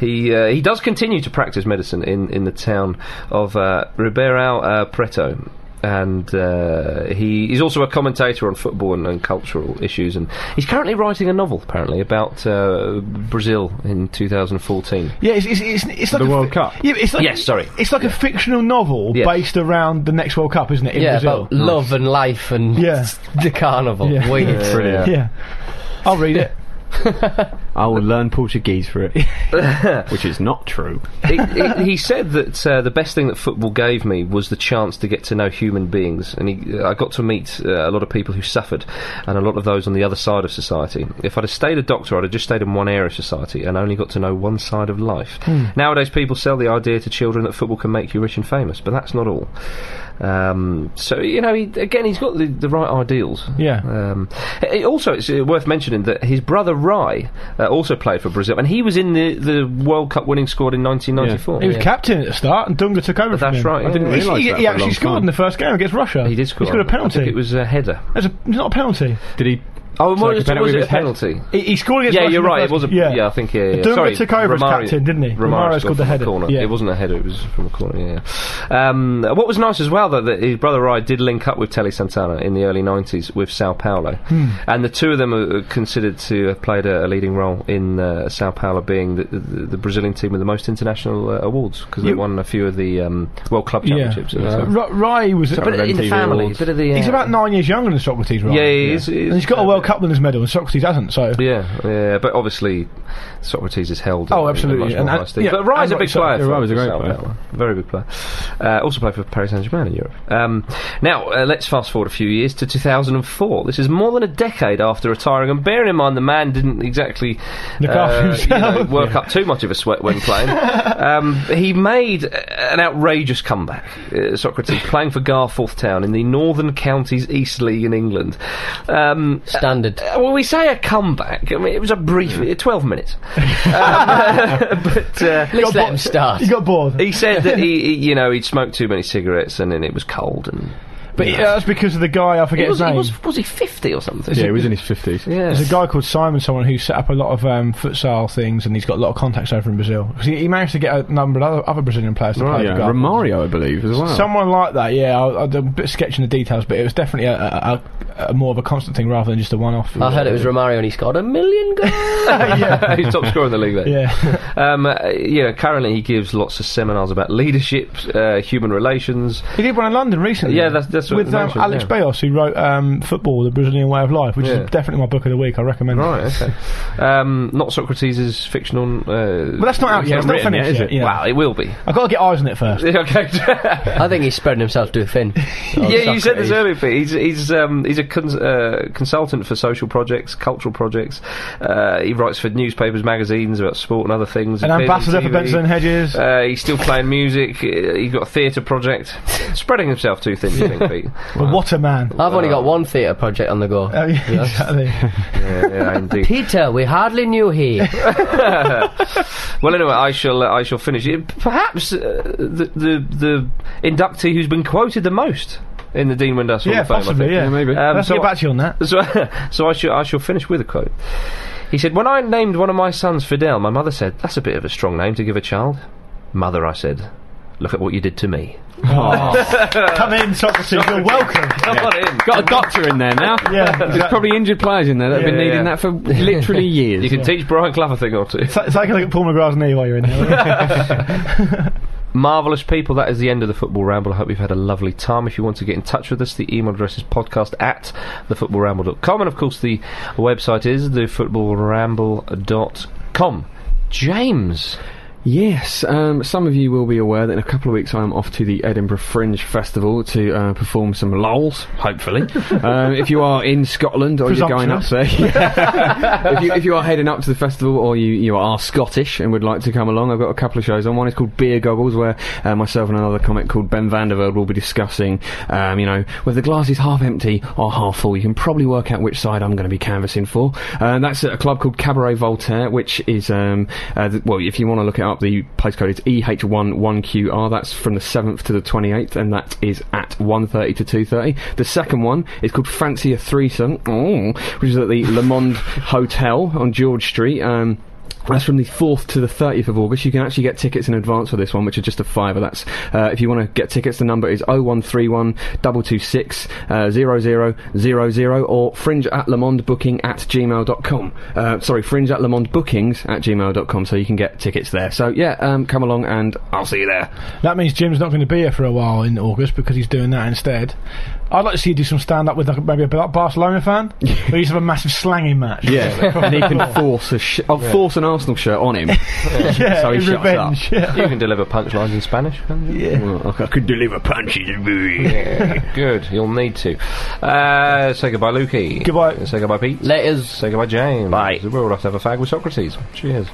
S3: He uh, he does continue to practice medicine in, in the town of uh, Ribeirão uh, Preto. And uh, he is also a commentator on football and, and cultural issues, and he's currently writing a novel, apparently, about uh, Brazil in 2014.
S4: Yeah, it's, it's, it's, it's like
S7: The
S4: a
S7: World
S4: fi-
S7: Cup.
S4: Yeah, it's like,
S3: Yes, sorry.
S4: It's like a fictional novel
S3: Yeah.
S4: based around the next World Cup, isn't it? In
S1: yeah,
S4: Brazil.
S1: about love and life and
S4: Yeah.
S1: the carnival.
S4: Yeah.
S1: Weird.
S4: yeah. I'll
S3: <laughs>
S4: read it.
S5: I will learn Portuguese for
S4: <laughs>
S5: it. Which is not true.
S3: it, it, he said that uh, the best thing that football gave me was the chance to get to know human beings, and he, I got to meet uh, a lot of people who suffered, and a lot of those on the other side of society. If I'd have stayed a doctor, I'd have just stayed in one area of society and only got to know one side of life. Nowadays, people sell the idea to children that football can make you rich and famous, but that's not all. Um, so you know, he, again, he's got the, the right ideals.
S4: Yeah.
S3: Um, it- also, it's uh, worth mentioning that his brother Rai uh, also played for Brazil, and he was in the, the World Cup winning squad in 1994.
S4: He was captain at the start, and Dunga took over.
S3: But that's
S4: from him.
S3: right, I didn't
S4: He-
S5: realise
S4: he,
S5: that
S4: he
S5: for a
S4: actually
S5: long
S4: scored
S5: time.
S4: in the first game against Russia.
S3: He did score.
S4: He scored a
S3: I think
S4: penalty.
S3: It was a header.
S4: That's a, it's not a penalty.
S7: Did he?
S3: Oh, it
S7: like
S3: was,
S7: a penalty
S3: was
S7: with
S3: it a
S7: his head?
S3: penalty?
S4: He, he scored against
S3: Yeah,
S4: Russia
S3: you're
S4: in the
S3: right. It
S4: first-
S3: was a yeah. I think yeah. yeah.
S4: Dunga
S3: Sorry,
S4: took over as
S3: Romario-
S4: captain, didn't he? Romario
S3: Romario
S4: scored
S3: scored
S4: the
S3: from
S4: header.
S3: a corner.
S4: Yeah.
S3: It wasn't a header. It was from a corner. Yeah. Um, what was nice as well though that his brother Rai did link up with Telly Santana in the early '90s with Sao Paulo,
S4: Hmm.
S3: and the two of them are are considered to have played a, a leading role in uh, Sao Paulo being the, the, the Brazilian team with the most international uh, awards because they
S4: You-
S3: won a few of the um, World Club
S4: Yeah.
S3: championships.
S4: Ri- Rai was.
S3: But in the
S7: MTV
S3: family,
S7: awards.
S3: bit of the,
S4: He's
S3: uh,
S4: about nine years younger than Socrates, right?
S3: yeah, he is- he is-
S4: And he's got a World Cup winners medal, and Socrates hasn't. So
S3: Yeah, yeah, but obviously Socrates is held.
S4: Oh,
S3: in a
S4: absolutely,
S3: much more
S4: and- and-
S3: high esteem.
S4: yeah,
S3: but Rye's
S4: and
S3: a big
S4: rightly so.
S3: player.
S4: Yeah,
S3: for-
S7: Rye was a
S3: for
S7: great
S3: Sao
S7: player.
S3: Paulo. very big player. Uh, also played for Paris Saint Germain in Europe. Um, now uh, let's fast forward a few years to 2004. This is more than a decade after retiring, and bearing in mind the man didn't exactly uh,
S4: Look after himself.
S3: work up too much of a sweat when
S4: <laughs>
S3: playing. um, he made a- an outrageous comeback. Uh, Socrates playing for Garforth Town in the Northern Counties East League in England. Um,
S1: <laughs> Standard.
S3: uh, Well, we say a comeback. I mean, it was a brief, uh, twelve minutes. Um, but uh,
S1: Let's let him start.
S4: he got bored.
S3: he said that he, he- you know, he'd smoked too many cigarettes and then it was cold and. <laughs>
S4: But yeah, that's because of the guy. I forget
S3: He was,
S4: his
S3: he
S4: name.
S3: was, was he fifty or something?
S7: Yeah, he was in his fifties.
S3: Yeah.
S4: There's a guy called Simon, someone who set up a lot of um, futsal things, and he's got a lot of contacts over in Brazil. 'Cause he, he managed to get a number of other, other Brazilian players to play.
S7: Yeah,
S4: for Ghana.
S7: Romario, I believe, as well.
S4: Someone like that, yeah. I, I'm a bit sketching the details, but it was definitely a, a, a, a more of a constant thing rather than just a one-off.
S1: I heard it was Romario and he scored a million
S4: <laughs>
S1: goals.
S3: He's top scorer in the league there.
S4: Yeah,
S3: Um, uh, you know, currently he gives lots of seminars about leadership, uh, human relations.
S4: he did one in London recently.
S3: Yeah, that's- that's what
S4: with
S3: I
S4: um,
S3: mentioned,
S4: Alex
S3: yeah.
S4: Bayos, who wrote um, "Football: The Brazilian Way of Life," which
S3: Yeah.
S4: is definitely my book of the week. I recommend. it.
S3: Right. Okay. um, not Socrates' fictional. Uh,
S4: But that's not out yet. It's not
S7: written yet,
S4: finished
S7: is
S4: yet.
S7: it?
S4: Yeah.
S3: Wow, it will be. <laughs>
S4: I've got to get eyes on it first.
S3: okay.
S1: I think he's spreading himself too thin.
S4: Oh,
S3: yeah, you said this earlier, Pete. He's he's um, he's a cons- uh, consultant for social projects, cultural projects. Uh, he writes for newspapers, magazines about sport and other things.
S4: An
S3: Appears on
S4: ambassador for
S3: TV.
S4: Benson and Hedges.
S3: Uh, he's still playing music. Uh, he's got a theatre project. Spreading himself too thin, you
S4: <laughs>
S3: think, Pete?
S4: but what a man! <laughs>
S1: I've only got one theatre project on the go.
S4: Oh, yeah, exactly.
S3: yeah, yeah, indeed.
S1: Peter, we hardly knew he.
S3: Well, anyway, I shall uh, I shall finish. it. Perhaps uh, the, the the inductee who's been quoted the most in the Dean Windass Hall
S4: yeah,
S3: of Fame. I
S4: possibly.
S3: think.
S4: Yeah,
S7: Yeah, maybe.
S3: Um,
S4: Let's
S3: so
S4: get back to you on that.
S3: So, <laughs> so I, shall, I shall finish with a quote. He said, When I named one of my sons Fidel, my mother said, That's a bit of a strong name to give a child. Mother, I said, Look at what you did to me.
S4: Come in, Socrates. You're welcome.
S3: <laughs>
S5: Got a doctor in there now.
S4: Yeah,
S5: There's
S4: exactly.
S5: probably injured players in there that have been
S3: Yeah,
S5: needing
S3: yeah.
S5: that
S4: <laughs>
S5: for literally years.
S3: You can teach Brian Clough a thing or two.
S4: Ta- take a look at Paul McGrath's knee while you're in there.
S3: Marvellous people, that is the end of the Football Ramble. I hope you've had a lovely time. If you want to get in touch with us, the email address is podcast at thefootballramble.com. And of course, the website is thefootballramble.com. James.
S5: Yes, um, some of you will be aware that in a couple of weeks I am off to the Edinburgh Fringe Festival to uh, perform some lols, hopefully. um, if you are in Scotland or you're going up there, <laughs> if, you, if you are heading up to the festival or you, you are Scottish and would like to come along, I've got a couple of shows on. One is called Beer Goggles, where uh, myself and another comic called Ben Vanderveld will be discussing, um, you know, whether the glass is half empty or half full. You can probably work out which side I'm going to be canvassing for. Uh, that's at a club called Cabaret Voltaire, which is, um, uh, th- well, if you want to look it up, the postcode is E EH11QR. That's from the 7th to the 28th, and that is at 1.30 to 2.30. The second one is called Fancy a Threesome, ooh, oh, which is at the Le Monde Hotel on George Street. Um, that's from the 4th to the 30th of August. You can actually get tickets in advance for this one, which are just a fiver. That's uh, if you want to get tickets. The number is 0131 226 uh, 0000 or fringe at lamond booking at gmail.com. Uh, sorry, fringe at lamond bookings at gmail.com. So you can get tickets there. So yeah, um, come along and I'll see you there.
S4: that means Jim's not going to be here for a while in August because he's doing that instead. I'd like to see you do some stand up with like, maybe a Bar- Barcelona fan. we used to have a massive slanging match. <laughs>
S5: Yeah, and he can force a sh- I'll force an Arsenal shirt on him.
S4: yeah
S5: So he
S4: in
S5: shuts
S4: revenge. Yeah.
S3: You can deliver punchlines in Spanish, can't you?
S5: Well, I could deliver punches.
S3: Good. You'll need to. Uh, say goodbye, Lukey.
S4: Goodbye.
S3: Say goodbye, Pete.
S1: Letters.
S3: Say goodbye, James.
S1: Bye.
S3: We're all off to have a fag with Socrates. Cheers.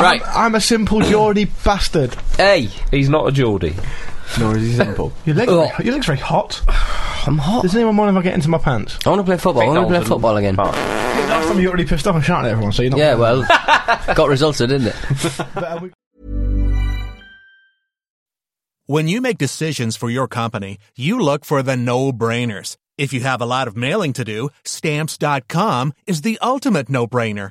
S1: Right.
S4: I'm a <coughs> simple Geordie bastard.
S1: Hey,
S3: He's not a Geordie.
S5: Nor is he simple.
S4: Your legs,
S1: Ugh.
S4: your legs very hot.
S1: I'm hot.
S4: Does anyone mind if I get into my pants?
S1: I want to play football. I want to play football again.
S4: Last time you were really pissed off and shouting at everyone, so you're not.
S1: Yeah, well, got resulted, didn't it?
S4: But, uh, we-
S8: When you make decisions for your company, you look for the no-brainers. If you have a lot of mailing to do, stamps.com is the ultimate no-brainer.